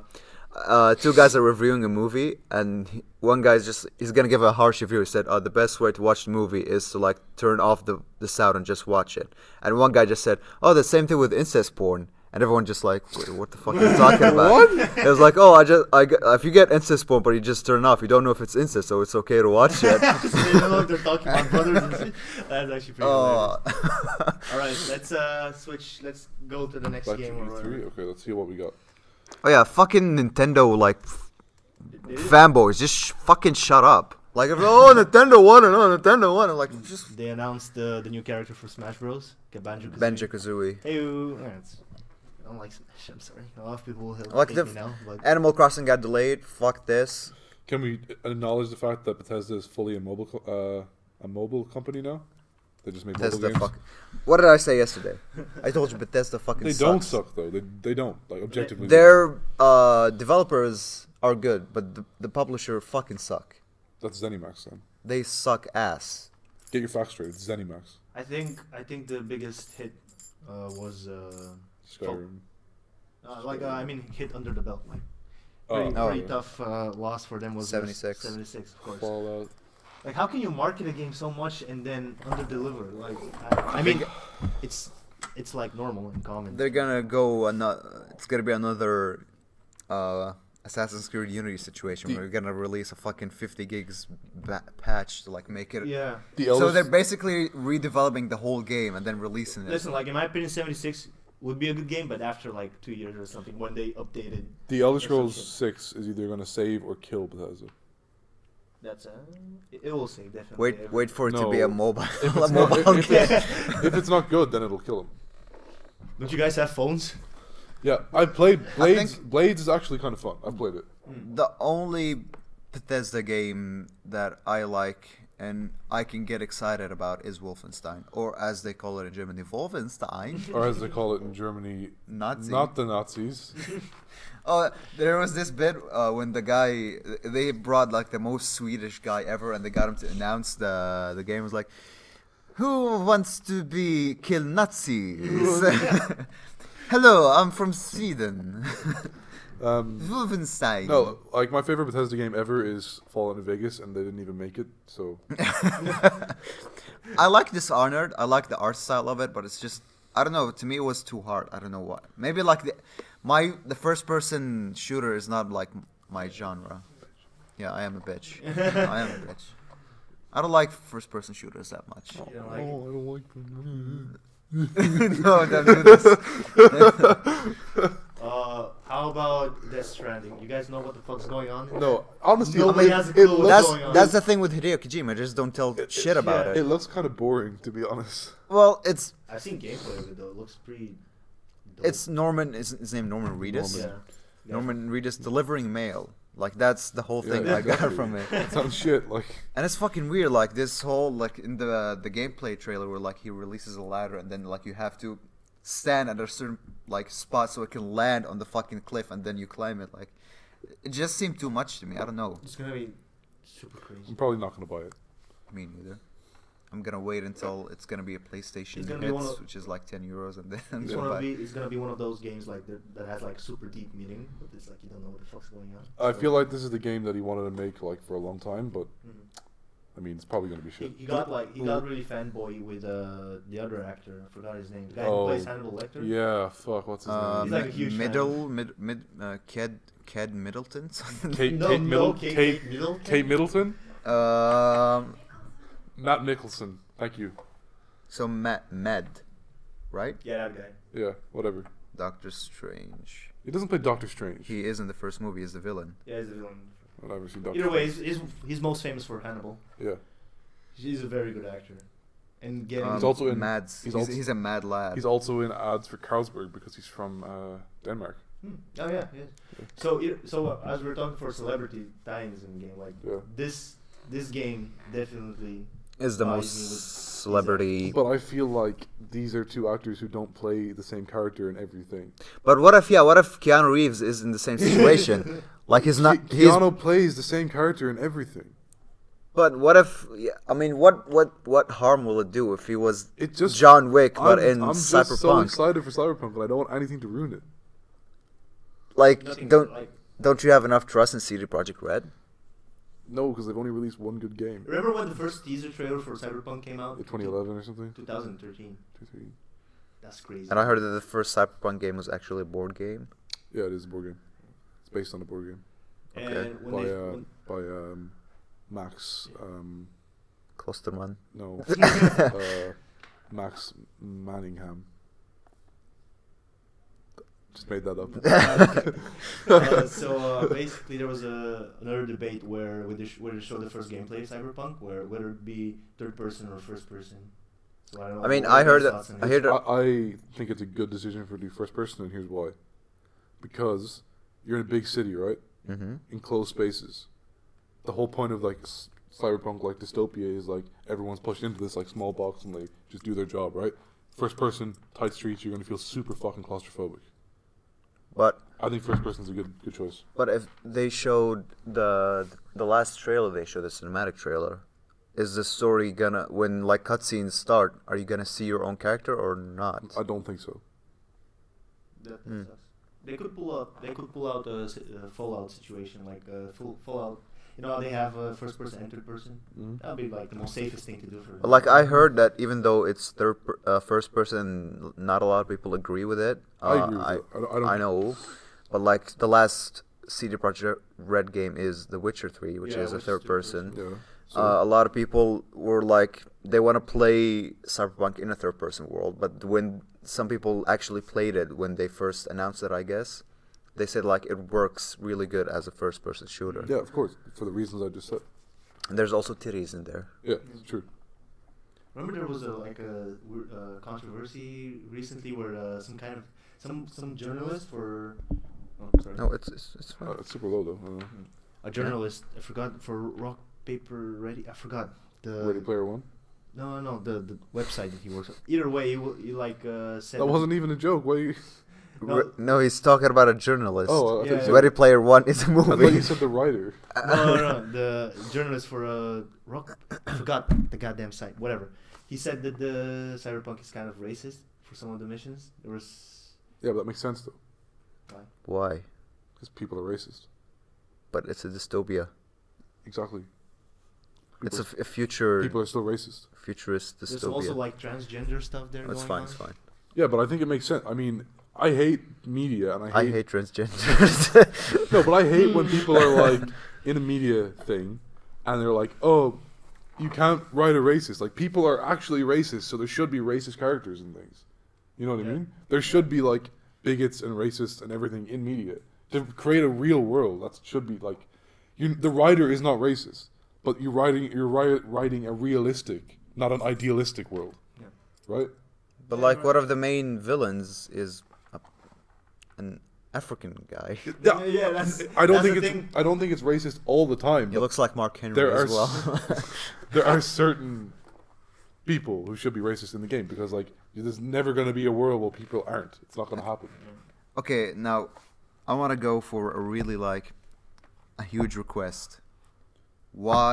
Speaker 2: uh, two guys are reviewing a movie and he- one guy's just he's gonna give a harsh review. He said, "Oh, the best way to watch the movie is to like turn off the the sound and just watch it." And one guy just said, "Oh, the same thing with incest porn." And everyone just like, "Wait, what the fuck are you
Speaker 4: *laughs*
Speaker 2: talking about? It was like, oh, I just, I, g- if you get incest porn, but you just turn it off, you don't know if it's incest, so it's okay to watch it.
Speaker 4: *laughs* So they don't know what they're talking about brothers
Speaker 2: *laughs*
Speaker 4: and shit. *laughs* That's actually pretty hilarious.
Speaker 2: oh, *laughs*
Speaker 4: All right, let's uh switch. Let's go to the next
Speaker 1: Back to
Speaker 4: game. or
Speaker 1: E3. E Okay, let's see what we got.
Speaker 2: oh yeah, fucking Nintendo like
Speaker 4: whatever. They-
Speaker 2: fanboys, just sh- fucking shut up. Like, if, oh, Nintendo won, and oh, Nintendo won, and like, just
Speaker 4: They announced the the new character for Smash Bros. Okay, Banjo.
Speaker 2: Banjo Kazooie.
Speaker 4: Hey, I don't like Smash. I'm sorry. A lot of people will hate
Speaker 2: Like the
Speaker 4: me now, but
Speaker 2: Animal Crossing got delayed. Fuck this.
Speaker 1: Can we acknowledge the fact that Bethesda is fully a mobile co- uh, a mobile company now? They just make mobile
Speaker 2: Bethesda
Speaker 1: games.
Speaker 2: fuck. What did I say yesterday? I told you Bethesda fucking
Speaker 1: They
Speaker 2: sucks.
Speaker 1: don't suck though. They they don't like objectively. they don't.
Speaker 2: Their uh, developers are good, but the, the publisher fucking suck.
Speaker 1: That's ZeniMax then.
Speaker 2: They suck ass.
Speaker 1: Get your facts straight. It's ZeniMax.
Speaker 4: I think I think the biggest hit uh, was uh,
Speaker 1: Skyrim.
Speaker 4: uh, like uh, I mean hit under the belt like
Speaker 1: Oh,
Speaker 4: pretty,
Speaker 2: Oh,
Speaker 4: pretty
Speaker 1: yeah.
Speaker 4: tough uh, loss for them was
Speaker 2: 76.
Speaker 4: 76 of course.
Speaker 1: Fallout.
Speaker 4: Like how can you market a game so much and then under deliver? Like I, I mean it's it's like normal and common.
Speaker 2: They're gonna go. Another, it's gonna be another uh, Assassin's Creed Unity situation where you're gonna release a fucking 50 gigs ba- patch to like make it.
Speaker 4: yeah.
Speaker 1: The
Speaker 2: So they're basically redeveloping the whole game and then releasing it.
Speaker 4: Listen, like in my opinion 76 would be a good game but after like 2 years or something when they updated
Speaker 1: The Elder
Speaker 4: Yes,
Speaker 1: Scrolls
Speaker 4: I'm sure.
Speaker 1: Six is either going to save or kill Bethesda.
Speaker 4: *laughs* that's uh, it, it will say definitely.
Speaker 2: Wait, wait for it to be
Speaker 1: No.
Speaker 2: a mobile,
Speaker 1: If
Speaker 2: *laughs* a
Speaker 1: it's, not,
Speaker 2: mobile
Speaker 1: if,
Speaker 2: game.
Speaker 1: it's, if it's not good, then it'll kill them.
Speaker 4: *laughs* Don't you guys have phones?
Speaker 1: Oh. Yeah, I played Blades.
Speaker 2: think-
Speaker 1: Blades is actually kind of fun. I've played it.
Speaker 2: The only Bethesda game that I like and I can get excited about is Wolfenstein, or as they call it in Germany, Wolfenstein.
Speaker 1: or as they call it in Germany,
Speaker 2: Nazi.
Speaker 1: not the
Speaker 2: *laughs*
Speaker 1: Nazis.
Speaker 2: Oh, there was this bit uh, when the guy they brought like the most Swedish guy ever, and they got him to announce the the game. It was like, who wants to be kill Nazis? *laughs* Hello, I'm from Sweden.
Speaker 1: Um,
Speaker 2: *laughs* Wolfenstein.
Speaker 1: no, like my favorite Bethesda game ever is Fallout in Vegas, and they didn't even make it. So
Speaker 2: I like Dishonored. I like the art style of it, but it's just I don't know. To me, it was too hard. I don't know why. Maybe like the my the first person shooter is not like my genre. Yeah, I am a bitch. I am a bitch. I don't like first person shooters that much.
Speaker 4: You know, Oh, like,
Speaker 1: I don't like them.
Speaker 2: *laughs* no, don't do this.
Speaker 4: Uh, how about Death Stranding? You guys know what the fuck's going on?
Speaker 1: No, honestly,
Speaker 4: Nobody
Speaker 1: it,
Speaker 4: has a
Speaker 1: it
Speaker 4: clue what's
Speaker 1: looks,
Speaker 2: That's
Speaker 4: going on?
Speaker 2: that's the thing with Hideo Kojima. Just don't tell shit about
Speaker 4: yeah.
Speaker 1: it
Speaker 2: it.
Speaker 1: looks kind of boring to be honest.
Speaker 2: Well, it's
Speaker 4: I've seen gameplay of it though. It looks pretty. dope.
Speaker 2: it's Norman. Is his name Norman Reedus?
Speaker 4: yeah. Yeah.
Speaker 2: Norman Reedus delivering mail. Like that's the whole thing
Speaker 1: Yeah,
Speaker 2: I got
Speaker 1: *laughs* exactly.
Speaker 2: from it.
Speaker 1: It sounds shit. Like
Speaker 2: And it's fucking weird, like this whole like in the the gameplay trailer where like he releases a ladder and then like you have to stand at a certain like spot so it can land on the fucking cliff and then you climb it. Like it just seemed too much to me. I don't know.
Speaker 4: It's gonna be super crazy.
Speaker 1: I'm probably not gonna buy it.
Speaker 2: Me neither. I'm gonna wait until it's gonna be a PlayStation
Speaker 4: It's gonna be
Speaker 2: Hits,
Speaker 4: one of-
Speaker 2: which is like ten euros, and then I'm *laughs*
Speaker 4: It's
Speaker 2: gonna
Speaker 4: gonna
Speaker 2: buy.
Speaker 4: be it's gonna be one of those games like that, that has like super deep meaning, but it's like you don't know what the fuck's going on.
Speaker 1: I
Speaker 4: So,
Speaker 1: feel like this is the game that he wanted to make like for a long time, but
Speaker 4: mhm.
Speaker 1: I mean, it's probably gonna be
Speaker 4: He,
Speaker 1: shit.
Speaker 4: he got like he got really fanboy with uh, the other actor. I forgot his name. The guy who
Speaker 1: Oh,
Speaker 4: plays Hannibal Lecter.
Speaker 1: Yeah, fuck. What's his
Speaker 2: Uh,
Speaker 4: He's
Speaker 1: name?
Speaker 4: like a huge fan.
Speaker 2: middle, mid, mid, uh, Ked, Ked Middleton. *laughs* something.
Speaker 1: Kate,
Speaker 4: No,
Speaker 1: Kate,
Speaker 4: no,
Speaker 1: Middle-
Speaker 4: Kate,
Speaker 1: Kate,
Speaker 4: Middleton.
Speaker 1: Kate Middleton,
Speaker 2: um,
Speaker 1: Matt Nicholson. Thank you.
Speaker 2: so Matt, Med, right?
Speaker 4: Yeah, that guy.
Speaker 1: Yeah, whatever.
Speaker 2: Doctor Strange.
Speaker 1: He doesn't play Doctor Strange.
Speaker 2: He is in the first movie. He's the villain.
Speaker 4: Yeah, he's the villain.
Speaker 1: I've never seen Doctor.
Speaker 4: Either way,
Speaker 1: Strange.
Speaker 4: he's, he's, he's most famous for Hannibal.
Speaker 1: yeah.
Speaker 4: She's a very good actor. And getting
Speaker 2: Um,
Speaker 1: He's also in-
Speaker 2: Mads.
Speaker 1: he's
Speaker 2: He's,
Speaker 1: also-
Speaker 2: he's a mad lad.
Speaker 1: He's also in ads for Carlsberg because he's from uh, Denmark.
Speaker 4: Hmm. Oh yeah, yeah. So it- so uh, as we're talking for celebrity tie-ins in game, like
Speaker 1: Yeah.
Speaker 4: this this game definitely.
Speaker 2: is the
Speaker 1: Uh,
Speaker 4: Oh,
Speaker 2: most
Speaker 4: he's- he's a-
Speaker 2: celebrity.
Speaker 1: But I feel like these are two actors who don't play the same character in everything.
Speaker 2: But what if yeah? What if Keanu Reeves is in the same
Speaker 1: *laughs*
Speaker 2: situation? like he's not.
Speaker 1: Ke-
Speaker 2: he's,
Speaker 1: Keanu plays the same character in everything.
Speaker 2: but what if? yeah, I mean, what what what harm will it do if he was
Speaker 1: It just
Speaker 2: John Wick, but
Speaker 1: I'm,
Speaker 2: in
Speaker 1: I'm
Speaker 2: Cyberpunk?
Speaker 1: just so excited for Cyberpunk, and I don't want anything to ruin it.
Speaker 2: like,
Speaker 4: Nothing
Speaker 2: don't
Speaker 4: like-
Speaker 2: don't you have enough trust in CD Projekt Red?
Speaker 1: No, because they've only released one good game
Speaker 4: Remember when the first teaser trailer for Cyberpunk came out?
Speaker 1: in 2011 or something.
Speaker 4: 2013.
Speaker 1: Two, three.
Speaker 4: That's crazy.
Speaker 2: And I heard that the first Cyberpunk game was actually a board game.
Speaker 1: Yeah, it is a board game. It's based on a board game
Speaker 2: Okay.
Speaker 4: And
Speaker 2: Oh,
Speaker 4: when
Speaker 1: by
Speaker 4: they
Speaker 1: uh,
Speaker 4: when,
Speaker 1: by um, Max. Um, *laughs*
Speaker 2: *laughs* Klosterman.
Speaker 1: no, uh, Max Manningham. Just made that up.
Speaker 2: *laughs*
Speaker 4: uh, so uh, basically there was a, another debate where where they, sh- where they showed the first gameplay of Cyberpunk, where whether it be third person or first person. So I, don't
Speaker 2: I mean,
Speaker 4: know
Speaker 2: I
Speaker 4: what your
Speaker 2: heard that-
Speaker 4: thoughts on
Speaker 2: I
Speaker 4: it.
Speaker 2: heard-
Speaker 1: I, I think it's a good decision for the first person, and here's why. Because you're in a big city, right?
Speaker 2: Mm-hmm.
Speaker 1: In closed spaces. The whole point of like s- cyberpunk like dystopia is like everyone's pushed into this like small box and they just do their job, right? First person, tight streets, you're gonna feel super fucking claustrophobic.
Speaker 2: But
Speaker 1: I think first person's a good good choice.
Speaker 2: but if they showed the the last trailer they showed the cinematic trailer, is the story gonna when like cutscenes start? Are you gonna see your own character or not?
Speaker 1: I don't think so.
Speaker 4: That
Speaker 2: Hmm.
Speaker 4: sucks. They could pull up. They could pull out a, s- a Fallout situation, like a full Fallout. You know, how they have a first person and third person.
Speaker 1: Mhm.
Speaker 4: That would be like the most safest thing to do for. them.
Speaker 2: Mm-hmm. Like I heard that even though it's third per, uh, first person, not a lot of people agree with it. Uh,
Speaker 1: I agree with you. I don't- I don't-
Speaker 2: know, but like the last CD Projekt Red game is The Witcher Three, which
Speaker 4: Yeah,
Speaker 2: is a
Speaker 4: which is
Speaker 2: third
Speaker 4: third person.
Speaker 2: person.
Speaker 1: Yeah. So
Speaker 2: Uh, a lot of people were like they want to play Cyberpunk in a third person world, but when some people actually played it when they first announced it, I guess they said like it works really good as a first person shooter.
Speaker 1: yeah, of course, for the reasons I just said.
Speaker 2: And there's also titties in there.
Speaker 1: Yeah, true.
Speaker 4: Remember there was a like a weir- uh, controversy recently where uh, some kind of some some journalist for oh, sorry. Mm-hmm.
Speaker 2: No, it's it's, it's
Speaker 1: Uh,
Speaker 2: fine.
Speaker 1: it's super low though. Uh-huh. I don't know.
Speaker 4: a journalist I forgot for rock paper ready I forgot the
Speaker 1: Ready Player One.
Speaker 4: no no the the website that he works on either way he, w- he like uh, said
Speaker 1: That wasn't even a joke. Why? You... *laughs*
Speaker 4: No.
Speaker 2: Re- no, he's talking about a journalist.
Speaker 1: Oh, I
Speaker 4: Yeah,
Speaker 1: thought you said-
Speaker 2: Ready Player One is a
Speaker 1: I thought
Speaker 2: movie.
Speaker 1: you said the writer.
Speaker 4: no, *laughs* no, no, the journalist for uh, Rock, I forgot the goddamn site, whatever. He said that the cyberpunk is kind of racist for some of the missions. There was.
Speaker 1: Yeah, but that makes sense though,
Speaker 4: Why?
Speaker 2: Why?
Speaker 1: because people are racist.
Speaker 2: But it's a dystopia.
Speaker 1: Exactly.
Speaker 2: it's
Speaker 1: People,
Speaker 2: a, f- a future,
Speaker 1: people are still racist.
Speaker 2: futurist
Speaker 4: There's
Speaker 2: dystopia.
Speaker 4: also like transgender stuff there.
Speaker 2: it's
Speaker 4: going
Speaker 2: fine.
Speaker 4: on.
Speaker 2: It's fine.
Speaker 1: Yeah, but I think it makes sense. I mean, I hate media, and I
Speaker 2: I
Speaker 1: hate,
Speaker 2: hate transgenders.
Speaker 1: *laughs* no, but I hate
Speaker 2: *laughs*
Speaker 1: when people are like in a media thing, and they're like, "Oh, you can't write a racist." Like people are actually racist, so there should be racist characters and things. You know what I
Speaker 4: Yeah.
Speaker 1: mean? There should be like bigots and racists and everything in media to create a real world. That should be like, you. The writer is not racist, but you're writing you're ri- writing a realistic, not an idealistic world,
Speaker 4: Yeah.
Speaker 1: right?
Speaker 2: but like, one of the main villains is a, an African guy.
Speaker 4: Yeah, yeah, that's-
Speaker 1: I don't
Speaker 4: that's
Speaker 1: think
Speaker 4: the
Speaker 1: it's
Speaker 4: thing.
Speaker 1: I don't think it's racist all the time.
Speaker 2: He
Speaker 1: but
Speaker 2: looks like Mark Henry
Speaker 1: There
Speaker 2: as
Speaker 1: are
Speaker 2: well.
Speaker 1: *laughs*
Speaker 2: *laughs*
Speaker 1: there are certain people who should be racist in the game because like there's never going to be a world where people aren't. It's not going to happen.
Speaker 2: okay, now I want to go for a really like a huge request. Why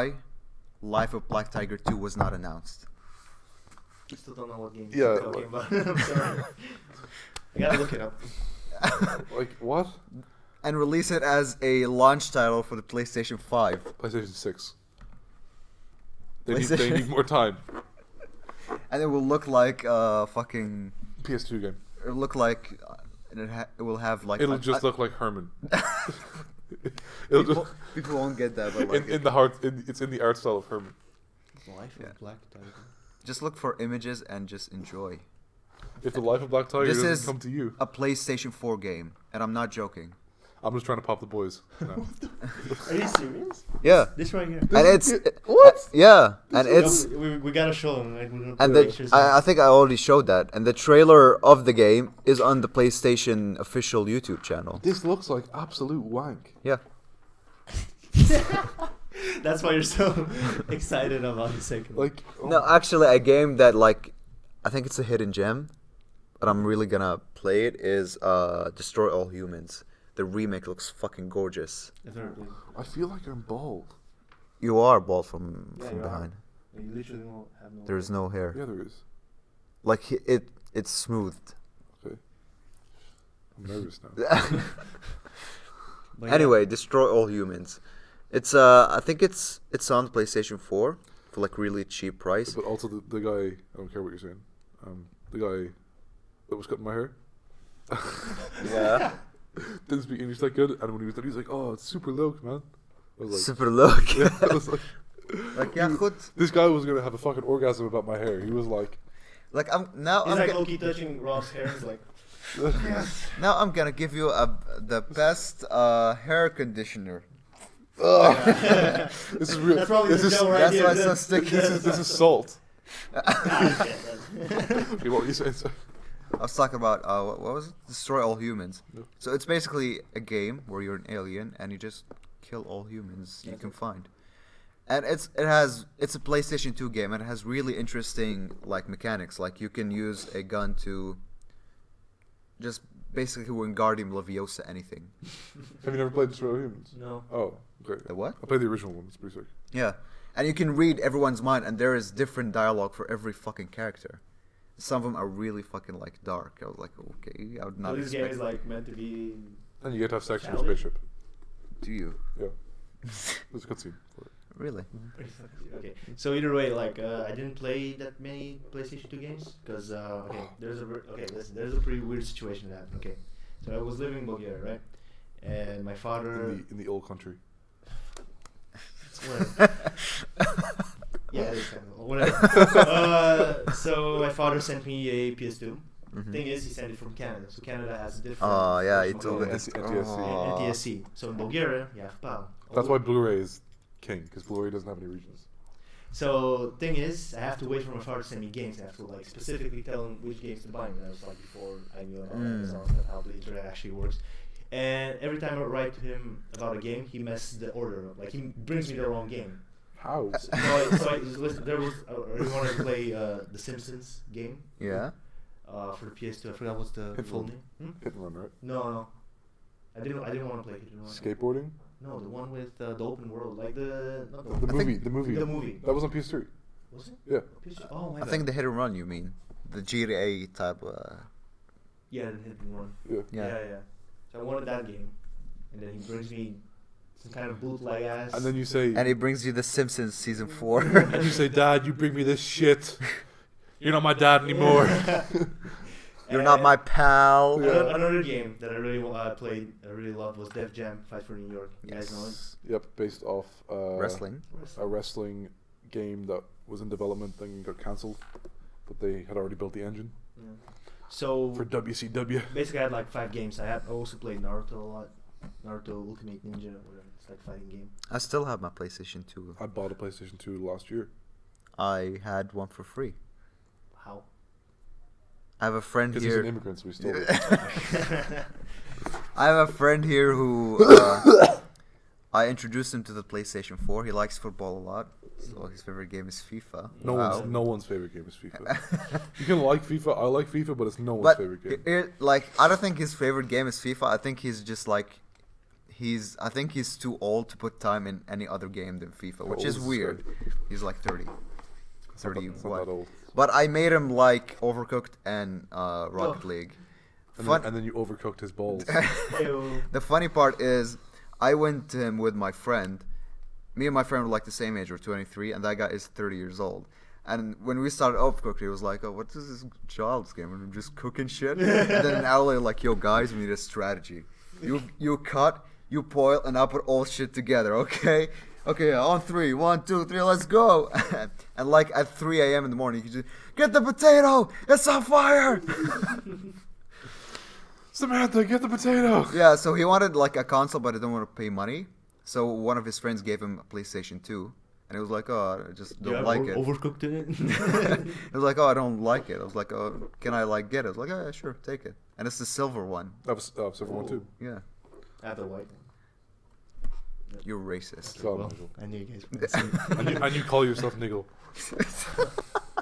Speaker 2: Life of Black Tiger Two was not announced? *laughs*
Speaker 4: I still don't know what game
Speaker 1: Yeah,
Speaker 4: you're talking about. *laughs* I'm sorry. I gotta look it up.
Speaker 1: Like what?
Speaker 2: and release it as a launch title for the PlayStation 5.
Speaker 1: PlayStation Six. They need, they need
Speaker 2: PlayStation.
Speaker 1: more time.
Speaker 2: And it will look like uh fucking
Speaker 1: PS2 game.
Speaker 2: it'll look like uh, and it, ha- it will have like
Speaker 1: It'll
Speaker 2: I-
Speaker 1: just
Speaker 2: I-
Speaker 1: look like
Speaker 2: *laughs*
Speaker 1: Herman. It'll
Speaker 2: people,
Speaker 1: just,
Speaker 2: *laughs* people won't get that but like
Speaker 1: *laughs* in, in the heart, in, it's in the art style of Herman.
Speaker 4: Life
Speaker 2: Yeah.
Speaker 4: of Black Tiger.
Speaker 2: just look for images and just enjoy.
Speaker 1: If the life of Black Tiger
Speaker 2: This
Speaker 1: doesn't
Speaker 2: is-
Speaker 1: come to you,
Speaker 2: A PlayStation 4 game and I'm not joking.
Speaker 1: I'm just trying to pop the
Speaker 2: *laughs*
Speaker 1: boys. No.
Speaker 4: Are you serious?
Speaker 2: Yeah.
Speaker 4: This right here.
Speaker 2: And it's uh,
Speaker 1: What?
Speaker 2: yeah, and it's
Speaker 4: No, we, we gotta show him. Like, we're gonna put
Speaker 2: and the,
Speaker 4: pictures
Speaker 2: I, I
Speaker 4: on.
Speaker 2: think I already showed that. And the trailer of the game is on the PlayStation official YouTube channel.
Speaker 1: This looks like absolute wank.
Speaker 2: Yeah.
Speaker 4: That's why you're so *laughs* excited about the second. one.
Speaker 1: Like oh
Speaker 2: No, actually, a game that like I think it's a hidden gem, but I'm really gonna play it is uh Destroy All Humans. The remake looks fucking gorgeous.
Speaker 4: I've never played it.
Speaker 1: I feel like I'm bald.
Speaker 2: You are bald from
Speaker 4: Yeah,
Speaker 2: from
Speaker 4: you are.
Speaker 2: behind.
Speaker 4: You literally won't have no.
Speaker 2: There's no hair.
Speaker 1: Yeah, there is.
Speaker 2: Like he- it, it's
Speaker 4: *laughs*
Speaker 2: smoothed.
Speaker 1: Okay. I'm nervous now.
Speaker 4: But yeah.
Speaker 2: Anyway, Destroy All Humans. It's uh I think it's it's on PlayStation 4 for like really cheap price.
Speaker 1: But also the, the guy, I don't care what you're saying. Um, the guy that was cutting my hair
Speaker 4: *laughs*
Speaker 2: Yeah.
Speaker 1: *laughs* didn't speak English that good, and when he was done, he was like, "Oh, it's super low, man." I was like,
Speaker 2: Super look.
Speaker 1: *laughs* yeah, I was like,
Speaker 2: *laughs* like yeah, goed.
Speaker 1: this guy was gonna have a fucking orgasm about my hair. He was like,
Speaker 2: Like I'm now
Speaker 4: He's
Speaker 2: I'm
Speaker 4: like
Speaker 2: get-
Speaker 4: Loki touching Rob's hair. He's
Speaker 2: *laughs*
Speaker 4: like,
Speaker 2: Now I'm gonna give you a, the best uh, hair conditioner.
Speaker 1: *laughs* "This is real.
Speaker 4: That's probably
Speaker 1: this
Speaker 4: the
Speaker 1: is
Speaker 4: joke right
Speaker 2: that's
Speaker 4: here.
Speaker 2: why it's so sticky.
Speaker 4: *laughs*
Speaker 1: this is this is salt."
Speaker 4: Ah, shit,
Speaker 1: *laughs*
Speaker 4: that's-
Speaker 2: *laughs*
Speaker 1: Okay, what were you saying? sir?
Speaker 2: I was talking about uh, what what was it? Destroy all humans.
Speaker 1: No.
Speaker 2: So it's basically a game where you're an alien and you just kill all humans you can find. and it's it has it's a PlayStation 2 game and it has really interesting like mechanics. Like you can use a gun to just basically Wingardium Leviosa anything.
Speaker 1: *laughs* Have you never played Destroy All Humans?
Speaker 4: No.
Speaker 1: Oh, okay.
Speaker 2: The what?
Speaker 1: I played the original one. It's pretty sick.
Speaker 2: Yeah, and you can read everyone's mind, and there is different dialogue for every fucking character. Some of them are really fucking like dark. I was like, okay, I would not
Speaker 4: so this game
Speaker 2: expect.
Speaker 4: is like meant to
Speaker 2: *laughs*
Speaker 4: be.
Speaker 1: And you get to have sex with a
Speaker 4: Shall we?
Speaker 1: spaceship.
Speaker 2: Do you
Speaker 1: Yeah. There's a cutscene for it.
Speaker 2: really?
Speaker 4: Okay. So either way, like uh, I didn't play that many PlayStation 2 games because uh, okay, there's a ver- okay, listen, there's a pretty weird situation that happened. Okay, so I was living in Bulgaria, right? And my father,
Speaker 1: In the, in the old country.
Speaker 4: Whatever.
Speaker 1: *laughs*
Speaker 4: yeah, it's kind of- whatever. *laughs* uh, so my father sent me a PS2.
Speaker 2: Mhm.
Speaker 4: Thing is, he sent it from Canada, so Canada has a different.
Speaker 2: Oh yeah, you
Speaker 4: version of
Speaker 2: told me.
Speaker 1: yeah,
Speaker 2: this.
Speaker 1: NT- NTSC.
Speaker 2: Aw.
Speaker 4: NTSC. So in Bulgaria, you have PAL.
Speaker 1: That's why Blu-ray is king because Blu-ray doesn't have any regions.
Speaker 4: So thing is, I have to wait for my father to send me games. I have to like specifically tell him which games to buy. And that was like before I knew about
Speaker 2: Mm.
Speaker 4: Amazon and how the internet actually works. And every time I write to him about a game, he messes the order up. Like he brings me the wrong game.
Speaker 1: How?
Speaker 2: Uh,
Speaker 4: So,
Speaker 2: *laughs*
Speaker 4: I, so I just listen, there was oh, I really wanted to play uh, the Simpsons game
Speaker 2: Yeah.
Speaker 4: uh, for the PS2. I forgot what's the
Speaker 1: Hit
Speaker 4: full
Speaker 1: Run.
Speaker 4: name. Hmm?
Speaker 1: Hit and run, right?
Speaker 4: No, no, I didn't. I didn't want to play Hit and Run.
Speaker 1: Skateboarding.
Speaker 4: No, the one with uh, the open world, like the not the,
Speaker 1: The
Speaker 2: think-
Speaker 1: movie. The movie.
Speaker 4: The movie.
Speaker 1: That was on PS3.
Speaker 4: Was it?
Speaker 1: Yeah.
Speaker 4: Oh my
Speaker 2: I
Speaker 4: bad.
Speaker 2: think the hit and run. You mean the GTA type? Uh,
Speaker 4: yeah, the Hit and Run.
Speaker 1: Yeah.
Speaker 2: yeah.
Speaker 4: yeah, So I wanted that game, and then he brings me some kind of bootleg ass.
Speaker 1: And then you say.
Speaker 2: And it brings you the Simpsons
Speaker 4: *laughs*
Speaker 2: season four.
Speaker 1: and you say, Dad, you bring me this shit. You're not my dad
Speaker 2: *laughs*
Speaker 4: *laughs*
Speaker 1: anymore.
Speaker 2: *laughs*
Speaker 1: *laughs*
Speaker 2: You're not my pal. *laughs*
Speaker 1: Yeah.
Speaker 4: Another, another game that I really wa- uh, played, I really loved was Def Jam Fight for New York. You guys know
Speaker 2: Yes.
Speaker 1: yep. Based off uh,
Speaker 2: Wrestling.
Speaker 1: a
Speaker 4: it?
Speaker 1: wrestling game that was in development thing got cancelled, but they had already built the engine
Speaker 4: Yeah. So
Speaker 1: for WCW.
Speaker 4: basically, I had like five games. I had I also played Naruto a lot. Naruto Ultimate Ninja, whatever. It's like fighting game.
Speaker 2: I still have my PlayStation 2.
Speaker 1: I bought a PlayStation 2 last year.
Speaker 2: I had one for free.
Speaker 4: How?
Speaker 2: I have a friend
Speaker 1: Because he's an
Speaker 2: here.
Speaker 1: immigrant, so we stole
Speaker 2: *laughs*
Speaker 1: it.
Speaker 2: I have a friend here who uh, *coughs* I introduced him to the PlayStation 4. He likes football a lot, so his favorite game is FIFA. Uh,
Speaker 1: No one's no one's favorite game is *laughs*
Speaker 2: *laughs*
Speaker 1: FIFA. you can like FIFA. I like FIFA, but it's no one's
Speaker 2: But
Speaker 1: favorite game.
Speaker 2: i- i- like, I don't think his favorite game is FIFA. I think he's just like, he's. I think he's too old to put time in any other game than FIFA, which
Speaker 1: old
Speaker 2: is
Speaker 1: is this
Speaker 2: weird.
Speaker 1: guy?
Speaker 2: He's like
Speaker 1: It's
Speaker 2: 30.
Speaker 1: not that- it's not
Speaker 2: 31.
Speaker 1: that old.
Speaker 2: But I made him like Overcooked and uh, Rocket League.
Speaker 1: And,
Speaker 2: Fun-
Speaker 1: then, and then you overcooked his *laughs* balls.
Speaker 4: Ew.
Speaker 2: the funny part is, I went to him with my friend. Me and my friend were like the same age, we're 23, and that guy is 30 years old. And when we started Overcooked, he was like, "Oh, what is this child's game? And I'm just cooking shit." and then an hour later, like, "Yo, guys, we need a strategy. You you cut, you boil, and I put all shit together, okay?" Okay, on three, one, two, three, let's go! *laughs* and like at 3 a.m. in the morning, you just get the potato, it's on fire! *laughs*
Speaker 1: Samantha, get the potato.
Speaker 2: Yeah, so he wanted like a console, but he didn't want to pay money. So one of his friends gave him a PlayStation 2, and he was like, "Oh, I just don't
Speaker 4: Yeah,
Speaker 2: like
Speaker 4: over- *laughs*
Speaker 2: it."
Speaker 4: Overcooked in it.
Speaker 2: *laughs*
Speaker 4: *laughs*
Speaker 2: he was like, "Oh, I don't like it." I was like, "Oh, can I like get it?" I was like, "Oh, yeah, sure, take it." And it's the silver one.
Speaker 1: That was uh, Silver One too.
Speaker 2: Yeah,
Speaker 4: I have the white one.
Speaker 2: you're racist.
Speaker 1: So
Speaker 4: Well,
Speaker 1: unusual.
Speaker 4: I knew you guys were gonna say it.
Speaker 1: and, you, and you call yourself Niggle.
Speaker 2: *laughs*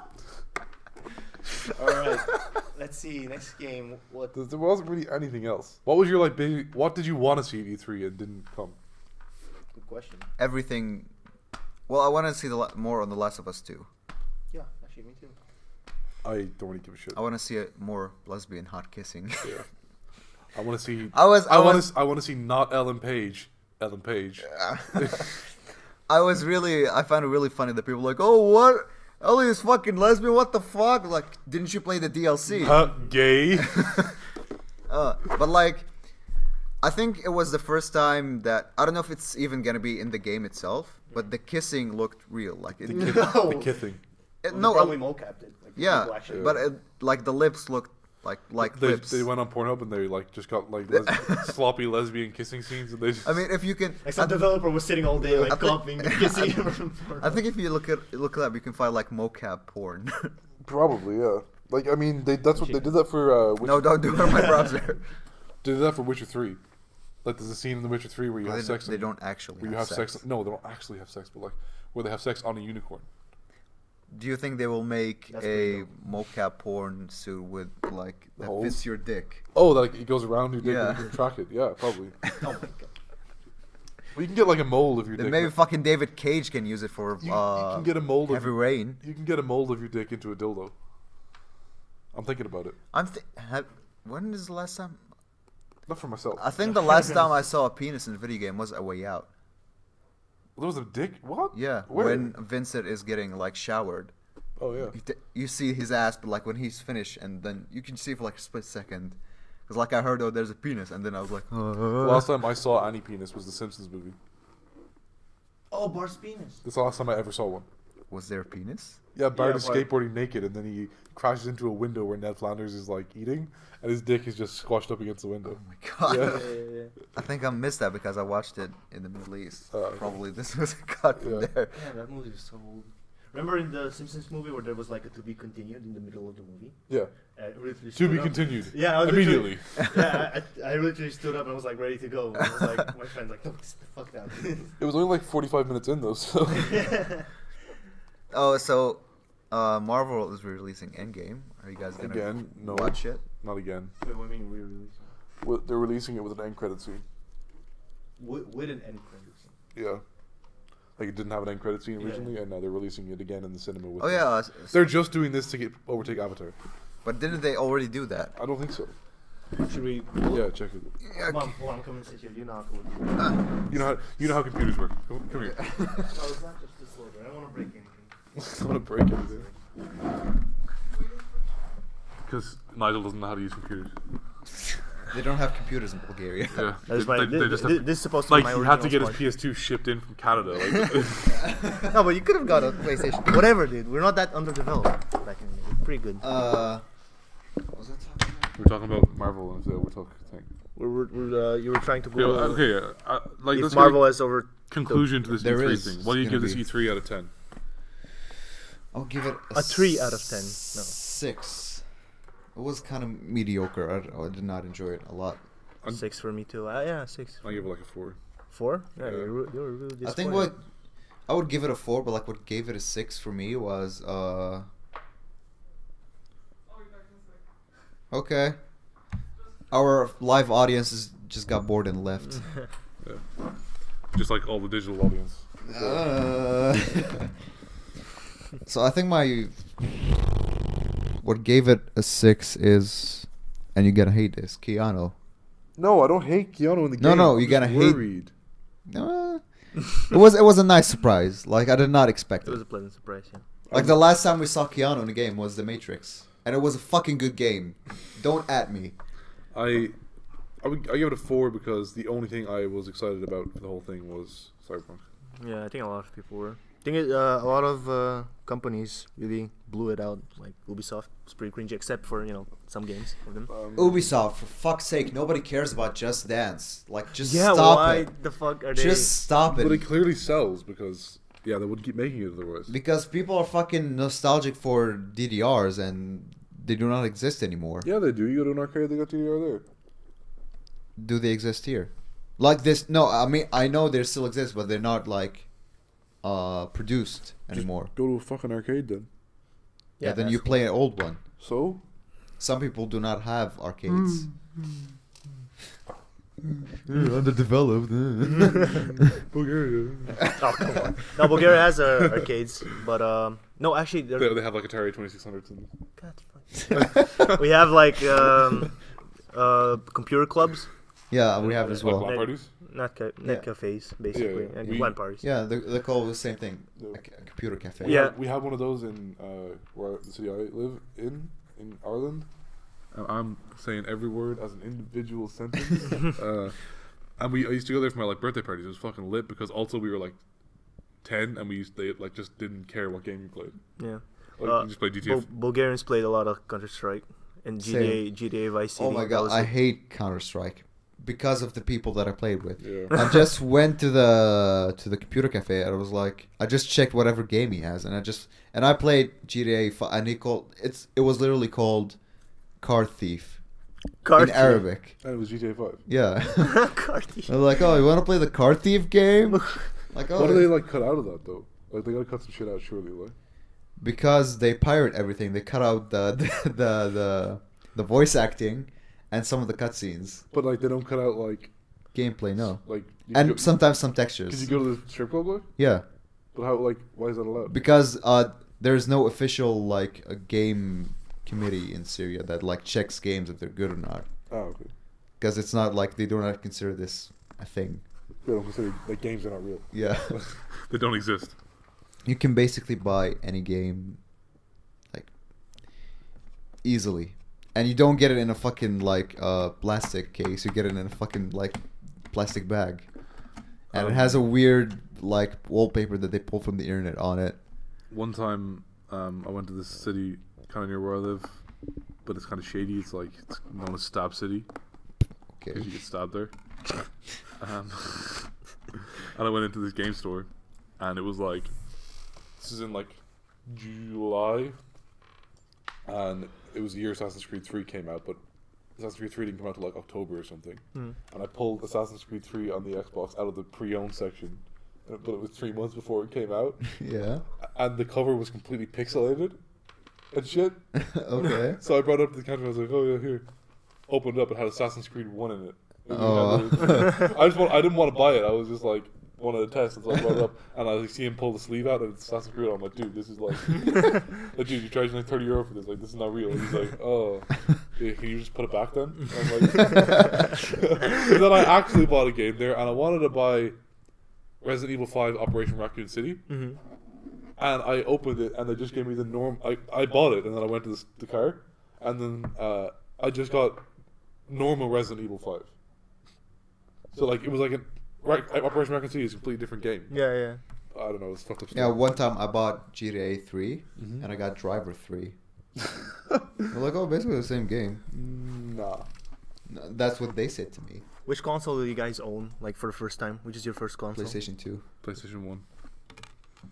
Speaker 4: All right. *laughs* Let's see. Next game.
Speaker 1: *laughs*
Speaker 4: What?
Speaker 1: There there wasn't really anything else. What was your like? Big, what did you want to see at E3 and didn't come?
Speaker 4: Good question.
Speaker 2: Everything. Well, I want to see the la- more on The Last of Us 2.
Speaker 4: Yeah, actually, me too.
Speaker 2: Uh,
Speaker 1: I don't really give a shit.
Speaker 2: I want to see it more lesbian hot kissing. *laughs*
Speaker 1: Yeah. I want to see.
Speaker 2: I was- I
Speaker 1: I want
Speaker 2: was-
Speaker 1: to. I want to see not Ellen Page. Ellen Page. *laughs*
Speaker 2: I was really, I found it really funny that people were like, "Oh, what? Ellie is fucking lesbian. What the fuck? Like, didn't you play the DLC?"
Speaker 1: Huh,
Speaker 2: *laughs*
Speaker 1: gay.
Speaker 2: Uh, but like, I think it was the first time that I don't know if it's even gonna be in the game itself, but the kissing looked real. Like it,
Speaker 1: The
Speaker 2: it-
Speaker 1: kith-
Speaker 2: *laughs*
Speaker 4: No.
Speaker 1: The kithing.
Speaker 2: no, um,
Speaker 4: probably mocapped it. Like,
Speaker 2: yeah,
Speaker 4: people actually-
Speaker 2: but it, like the lips looked like like
Speaker 1: they,
Speaker 2: lips.
Speaker 1: they went on Pornhub and they like just got like
Speaker 2: *laughs*
Speaker 1: les- sloppy lesbian kissing scenes and they just
Speaker 2: I mean, if you can,
Speaker 4: Like
Speaker 2: I,
Speaker 4: some developer was sitting all day
Speaker 2: I think-
Speaker 4: like coughing, kissing everyone.
Speaker 2: *laughs* I think if you look at look it up, you can find like mocap porn. *laughs*
Speaker 1: probably yeah like I *laughs* mean they that's what they did that for uh, Witcher,
Speaker 2: no, don't do it on my browser.
Speaker 1: did that for Witcher three like there's a scene in The Witcher Three where you
Speaker 2: They,
Speaker 1: have sex.
Speaker 2: they
Speaker 1: and-
Speaker 2: don't actually
Speaker 1: Where you have sex. No, they don't actually have sex, but like where they have sex on a unicorn.
Speaker 2: Do you think they will make
Speaker 4: That's pretty
Speaker 2: a mocap porn suit with like that
Speaker 1: Holes?
Speaker 2: fits your dick?
Speaker 1: Oh, like it goes around your dick
Speaker 2: Yeah.
Speaker 1: and you can track it. Yeah,
Speaker 2: *laughs*
Speaker 1: probably.
Speaker 2: oh my god.
Speaker 1: Well, you can get like a mold of your
Speaker 2: Then
Speaker 1: dick.
Speaker 2: maybe
Speaker 1: like-
Speaker 2: fucking David Cage can use it for
Speaker 1: you, you
Speaker 2: uh,
Speaker 1: can get a mold of
Speaker 2: Heavy Rain.
Speaker 1: You can get a mold of your dick into a dildo. I'm thinking about it.
Speaker 2: I'm th- have, when is the last time?
Speaker 1: Not for myself.
Speaker 2: I think the
Speaker 1: *laughs*
Speaker 2: last time I saw a penis in a video game was A Way Out.
Speaker 1: there was a dick. What?
Speaker 2: Yeah,
Speaker 1: Where?
Speaker 2: when Vincent is getting like showered,
Speaker 1: Oh yeah.
Speaker 2: you, t- you see his ass, but like when he's finished, and then you can see for like a split second. Cause like I heard, oh, there's a penis, and then I was like,
Speaker 1: The last time I saw any penis was the Simpsons movie.
Speaker 8: Oh, Bart's penis.
Speaker 1: That's the last time I ever saw one.
Speaker 2: was there a penis?
Speaker 1: Yeah, Bart
Speaker 4: Yeah,
Speaker 1: is
Speaker 4: but-
Speaker 1: skateboarding naked, and then he crashes into a window where Ned Flanders is like eating, and his dick is just squashed up against the window.
Speaker 2: Oh my god.
Speaker 1: Yeah.
Speaker 2: *laughs* I think I missed that because I watched it in the Middle East.
Speaker 1: Oh, okay.
Speaker 2: Probably this was a cut from
Speaker 1: Yeah.
Speaker 2: there.
Speaker 8: Yeah, that movie is so old.
Speaker 4: Remember in the Simpsons movie where there was like a to be continued in the middle of the movie?
Speaker 1: Yeah.
Speaker 4: I literally
Speaker 1: To
Speaker 4: stood
Speaker 1: be
Speaker 4: up.
Speaker 1: continued.
Speaker 4: Yeah, I was literally-
Speaker 1: Immediately.
Speaker 4: yeah, I, I literally stood up and was like ready to go. I was like, my friend's like, no, this the fuck down. *laughs*
Speaker 1: It was only like 45 minutes in though, so.
Speaker 2: Oh, so uh, Marvel is releasing Endgame. Are you guys gonna
Speaker 1: Again, no.
Speaker 2: watch it?
Speaker 1: Not again.
Speaker 4: Wait, what do you mean re-release?
Speaker 1: Well, They're releasing it with an end credit scene.
Speaker 4: With, with an end credits.
Speaker 1: Yeah. Like it didn't have an end credit scene
Speaker 4: Yeah.
Speaker 1: originally, and now they're releasing it again in the cinema with.
Speaker 2: Oh
Speaker 1: it.
Speaker 2: yeah, uh, s- s-
Speaker 1: They're just doing this to get overtake Avatar.
Speaker 2: but didn't they already do that?
Speaker 1: I don't think so.
Speaker 4: Should we?
Speaker 1: Yeah, check it.
Speaker 4: Come on, Paul, I'm coming to sit here. You know afterwards.
Speaker 1: You know how you know how computers work. Come, come here.
Speaker 4: No,
Speaker 2: uh,
Speaker 4: it's not just this order. I don't want to break
Speaker 1: *laughs*
Speaker 4: anything.
Speaker 1: I'm gonna break it. Because Nigel doesn't know how to use computers.
Speaker 2: They don't have computers in Bulgaria. *laughs*
Speaker 1: Yeah,
Speaker 4: That's
Speaker 1: they,
Speaker 4: right.
Speaker 1: they- they
Speaker 4: Thi-
Speaker 1: just
Speaker 4: thi-
Speaker 1: have to-
Speaker 4: this is supposed to be
Speaker 1: like
Speaker 4: my
Speaker 1: he had to get
Speaker 4: original
Speaker 1: his PS2 shipped in from Canada.
Speaker 2: *laughs*
Speaker 1: Like,
Speaker 4: No, but you could have got a PlayStation. Whatever, dude. We're not that underdeveloped back in the day. Pretty good.
Speaker 2: Uh,
Speaker 1: we're talking about Marvel and so we're talking. Thing.
Speaker 4: we're, we're, we're, uh, you were trying to
Speaker 1: Yeah,
Speaker 4: Google
Speaker 1: okay, yeah, uh, like
Speaker 4: if
Speaker 1: let's
Speaker 4: Marvel
Speaker 1: get
Speaker 4: has over.
Speaker 1: a conclusion to this
Speaker 2: There
Speaker 1: E3
Speaker 2: is
Speaker 1: thing. What do you
Speaker 2: gonna
Speaker 1: give this
Speaker 2: be-
Speaker 1: E3 out of ten?
Speaker 2: I'll give it
Speaker 4: A three out of 10, no.
Speaker 2: Six. It was kind of mediocre. I, don't- I did not enjoy it a lot.
Speaker 1: I'm-
Speaker 4: Six for me too. Uh, yeah, six.
Speaker 1: I give it like a four.
Speaker 4: Four? Yeah,
Speaker 1: Yeah.
Speaker 4: You, were, you were really
Speaker 2: I think
Speaker 4: disappointed.
Speaker 2: what I would give it a four, but like what gave it a six for me was uh. Okay. Our live audiences just got bored and left.
Speaker 1: Yeah. Just like all the digital audience.
Speaker 2: Uh, so I think my what gave it a six is, and you're gonna hate this, Keanu.
Speaker 1: No, I don't hate Keanu in the
Speaker 2: No, game. no, I'm you just gotta hate- worried. Uh, it was it was a nice surprise. Like I did not expect
Speaker 4: It was
Speaker 2: it.
Speaker 4: a pleasant surprise, yeah.
Speaker 2: Like the last time we saw Keanu in a game was The Matrix, and it was a fucking good game. Don't at me.
Speaker 1: I, I would I give it a four because the only thing I was excited about for the whole thing was Cyberpunk.
Speaker 4: Yeah, I think a lot of people were. I think it, uh, a lot of uh, companies really blew it out. Like Ubisoft was pretty cringy, except for you know some games of them.
Speaker 1: Um,
Speaker 2: Ubisoft, for fuck's sake, nobody cares about Just Dance. Like just
Speaker 4: yeah,
Speaker 2: stop
Speaker 4: why
Speaker 2: it.
Speaker 4: the fuck are they?
Speaker 2: Just stop it.
Speaker 1: but it clearly sells because yeah, they wouldn't keep making it otherwise.
Speaker 2: Because people are fucking nostalgic for DDRs and they do not exist anymore.
Speaker 1: yeah, they do. You go to an arcade, they got DDR there.
Speaker 2: Do they exist here? Like this? No, I mean I know they still exist, but they're not like uh produced anymore.
Speaker 1: Go to a fucking arcade then.
Speaker 2: Yeah, then
Speaker 4: that's
Speaker 2: you
Speaker 4: cool.
Speaker 2: play an old one.
Speaker 1: So
Speaker 2: Some people do not have
Speaker 4: Hmm.
Speaker 2: arcades. Underdeveloped.
Speaker 1: Bulgaria.
Speaker 4: Oh come on! No, Bulgaria has uh, arcades, but um, no, actually, they're,
Speaker 1: they, they have like Atari twenty six hundred.
Speaker 4: *laughs* God, fuck. we have like um, uh, computer clubs,
Speaker 2: yeah, we have it as
Speaker 1: Like
Speaker 2: well.
Speaker 1: LAN parties.
Speaker 4: not ca- net
Speaker 2: Yeah.
Speaker 4: cafes, basically,
Speaker 1: yeah,
Speaker 4: and
Speaker 1: we-
Speaker 4: LAN parties.
Speaker 2: Yeah, they they call it the same thing.
Speaker 1: Yeah.
Speaker 2: A, c- a computer cafe.
Speaker 1: We
Speaker 4: Yeah.
Speaker 1: had- we had one of those in uh, where the city I live in in Ireland. And I'm saying every word as an individual sentence. *laughs* uh, and we I used to go there for my like birthday parties. It was fucking lit because also we were like ten and we used, they like just didn't care what game you played.
Speaker 4: yeah.
Speaker 2: Oh,
Speaker 1: Like
Speaker 4: Uh,
Speaker 1: you just played
Speaker 4: Bul-
Speaker 1: DTF.
Speaker 4: Bulgarians played a lot of Counter Strike and GTA, GTA Vice City.
Speaker 2: Oh my
Speaker 4: that
Speaker 2: god,
Speaker 4: was
Speaker 2: I
Speaker 4: it.
Speaker 2: hate Counter Strike because of the people that I played with.
Speaker 1: Yeah.
Speaker 2: I just *laughs* went to the to the computer cafe and I was like, I just checked whatever game he has, and I just and I played GTA. fi- And he called it's it was literally called Car Thief. in
Speaker 4: Card
Speaker 2: Arabic.
Speaker 1: And it was GTA Five.
Speaker 2: *laughs* Yeah.
Speaker 4: Card
Speaker 2: They're like, oh, you want to play the car thief *laughs* game? Like, oh,
Speaker 1: What do they like cut out of that though? Like they gotta cut some shit out surely, like.
Speaker 2: because they pirate everything. They cut out the *laughs* the the the, the voice acting and some of the cutscenes.
Speaker 1: But like they don't cut out like
Speaker 2: Gameplay, no,
Speaker 1: like. You
Speaker 2: and
Speaker 1: go,
Speaker 2: sometimes some
Speaker 1: Did
Speaker 2: textures.
Speaker 1: you go to the strip club? Like?
Speaker 2: yeah,
Speaker 1: But how like why is that allowed?
Speaker 2: because uh, there's no official like a game committee in Syria that like checks games if they're good or not.
Speaker 1: oh okay.
Speaker 2: Because it's not like they do not consider this a thing.
Speaker 1: They don't consider like games are not real. *laughs*
Speaker 2: Yeah,
Speaker 1: They don't exist.
Speaker 2: you can basically buy any game, like easily, and you don't get it in a fucking like uh, plastic case. You get it in a fucking like plastic bag, and it
Speaker 1: Um,
Speaker 2: has a weird like wallpaper that they pull from the internet on it.
Speaker 1: One time, um, I went to this city kind of near where I live, but it's kind of shady. It's like it's known as Stab City.
Speaker 2: Okay,
Speaker 1: because you get stabbed there. um, *laughs* and I went into this game store, and it was like, this is in like July, and it was the year Assassin's Creed Three came out, but Assassin's Creed Three didn't come out till like October or something. And I pulled Assassin's Creed Three on the Xbox out of the pre-owned section, and- but it was three months before it came out,
Speaker 2: *laughs* yeah, *laughs*
Speaker 1: and the cover was completely pixelated and shit.
Speaker 4: *laughs*
Speaker 2: okay.
Speaker 1: So I brought it up to the counter. I was like, "Oh yeah, here." Opened up. It had Assassin's Creed One in it. It
Speaker 2: Oh.
Speaker 1: had the- I just want, I didn't want to buy it. I was just like wanted to test, and so I brought it up, and I like, see him pull the sleeve out, and it's Assassin's Creed. I'm like, "Dude, this is like, like dude, you charging like 30 euro for this. Like, this is not real." And he's *laughs* like, "Oh, yeah, can you just put it back then?" I'm like, *laughs* And then I actually bought a game there, and I wanted to buy Resident Evil 5 Operation Raccoon City.
Speaker 4: Mhm.
Speaker 1: And I opened it, and they just gave me the norm. I, I bought it, and then I went to this, the car, and then uh, I just got normal Resident Evil 5. So, like, it was like an. Right, Operation Raccoon City is a completely different game.
Speaker 4: *laughs* Yeah, yeah.
Speaker 1: I don't know, it's fucked up.
Speaker 2: Yeah,
Speaker 1: stuff.
Speaker 2: one time I bought GTA 3
Speaker 4: Mm-hmm.
Speaker 2: and I got Driver
Speaker 4: *laughs*
Speaker 2: 3 They're like, oh, basically the same game.
Speaker 1: Nah.
Speaker 2: No, That's what they said to me.
Speaker 4: Which console do you guys own, like for the first time? Which is your first console?
Speaker 2: PlayStation 2.
Speaker 1: PlayStation 1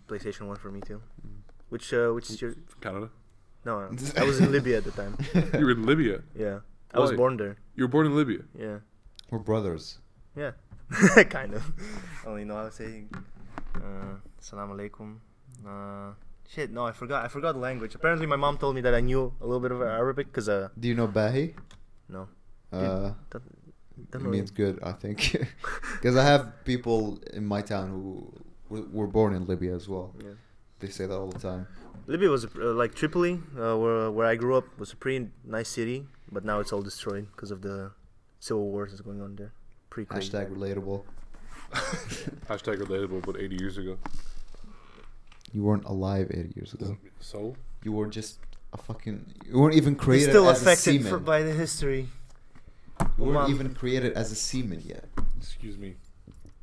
Speaker 4: PlayStation One for me too.
Speaker 2: Mm.
Speaker 4: Which uh, which is your?
Speaker 1: from Canada.
Speaker 4: No,
Speaker 2: *laughs*
Speaker 4: no, I was in Libya at the time.
Speaker 1: You were in Libya.
Speaker 4: Yeah, I was
Speaker 1: Why?
Speaker 4: born there.
Speaker 1: You were born in Libya.
Speaker 4: Yeah,
Speaker 2: We're brothers.
Speaker 4: yeah, *laughs* kind
Speaker 2: *laughs*
Speaker 4: of. Only know how to say. Uh, Salam alaikum. Uh, shit, no, I forgot. I forgot the language. Apparently, my mom told me that I knew a little bit of Arabic because uh,
Speaker 2: Do you know Bahi?
Speaker 4: no,
Speaker 2: Uh, it
Speaker 4: don't
Speaker 2: means good, I
Speaker 4: *laughs*
Speaker 2: think. *laughs* Because I have people in my town who were- were born in Libya as well.
Speaker 4: Yeah.
Speaker 2: They say that all the time.
Speaker 4: Libya was a, uh, like Tripoli, uh, where where I grew up, was a pretty nice city, but now it's all destroyed because of the civil wars that's going on there. Pretty crazy.
Speaker 2: Hashtag
Speaker 4: *laughs*
Speaker 2: relatable.
Speaker 1: Hashtag relatable, but 80 years ago.
Speaker 2: You weren't alive eight years ago.
Speaker 1: So?
Speaker 2: You were just a fucking. You weren't even
Speaker 4: It's
Speaker 2: created
Speaker 4: still
Speaker 2: as a
Speaker 4: affected
Speaker 2: seaman.
Speaker 4: for, by the history.
Speaker 2: you weren't
Speaker 4: Umam.
Speaker 2: even created as a seaman yet.
Speaker 1: Excuse me.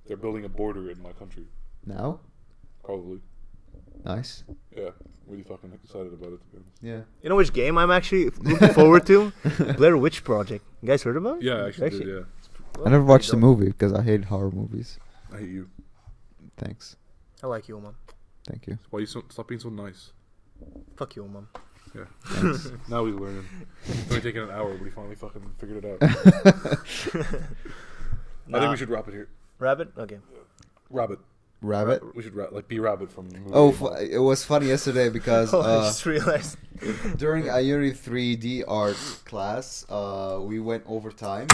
Speaker 1: They're building a border in my country.
Speaker 2: Now?
Speaker 1: Probably.
Speaker 2: Nice.
Speaker 1: Yeah. Really fucking excited about it, to be honest.
Speaker 2: Yeah.
Speaker 4: You know which game I'm actually looking forward
Speaker 2: *laughs*
Speaker 4: to? Blair Witch Project. You guys heard about it?
Speaker 1: Yeah, I actually,
Speaker 4: Actually-
Speaker 1: did,
Speaker 4: Well,
Speaker 2: I never
Speaker 4: there you
Speaker 2: watched the
Speaker 4: go.
Speaker 2: movie because I hate horror movies.
Speaker 1: yeah. I hate you.
Speaker 2: Thanks.
Speaker 4: I like you, mom.
Speaker 2: Thank
Speaker 4: *laughs*
Speaker 2: you. *laughs*
Speaker 1: Why you so, stop being so nice?
Speaker 4: Fuck you, *laughs* mom.
Speaker 1: Yeah.
Speaker 2: Thanks.
Speaker 1: *laughs* Now he's learning. It's only taken an hour, but he finally fucking figured
Speaker 2: *laughs*
Speaker 1: it out. I think
Speaker 4: Nah.
Speaker 1: we should wrap it here.
Speaker 4: Rabbit? Okay.
Speaker 1: Rabbit.
Speaker 2: Rabbit.
Speaker 1: We should ra- like be rabbit from. the movie.
Speaker 2: Oh, f- it was funny yesterday because
Speaker 4: *laughs* Oh, I
Speaker 2: uh,
Speaker 4: just realized.
Speaker 2: during
Speaker 4: *laughs*
Speaker 2: Ayuri 3D art class, uh, we went overtime.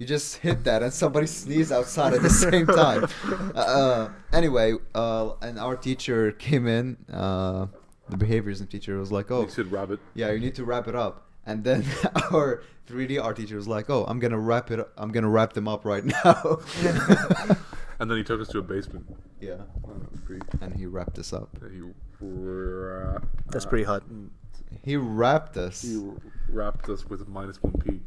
Speaker 2: You just hit that, and somebody sneezed outside at the same time. Uh, anyway, uh, and our teacher came in. Uh, the behaviorism teacher was like, "Oh,
Speaker 1: He said rabbit. *laughs*
Speaker 2: yeah, you need to wrap it up. And then *laughs* our 3D art teacher was like, "Oh, I'm gonna wrap it. I'm gonna wrap them up right now." *laughs*
Speaker 1: And then he took us to a basement.
Speaker 2: yeah,
Speaker 1: I don't know, Oh, pretty-
Speaker 2: and he wrapped us up.
Speaker 1: He ra-
Speaker 4: That's pretty hot.
Speaker 2: He wrapped us.
Speaker 1: He wrapped us with minus one p.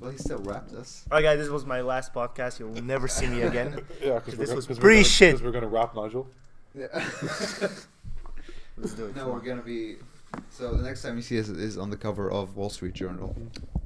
Speaker 2: Well, he still wrapped us.
Speaker 4: Alright, guys, this was my last podcast. You'll never see
Speaker 1: *laughs*
Speaker 4: me again.
Speaker 1: Yeah, because
Speaker 4: This was
Speaker 1: we're
Speaker 4: pretty
Speaker 1: gonna,
Speaker 4: shit.
Speaker 1: 'cause we're gonna wrap Nigel.
Speaker 2: *laughs*
Speaker 4: Let's do it.
Speaker 2: no, we're gonna be. So the next time you see us is on the cover of Wall Street Journal. Oh,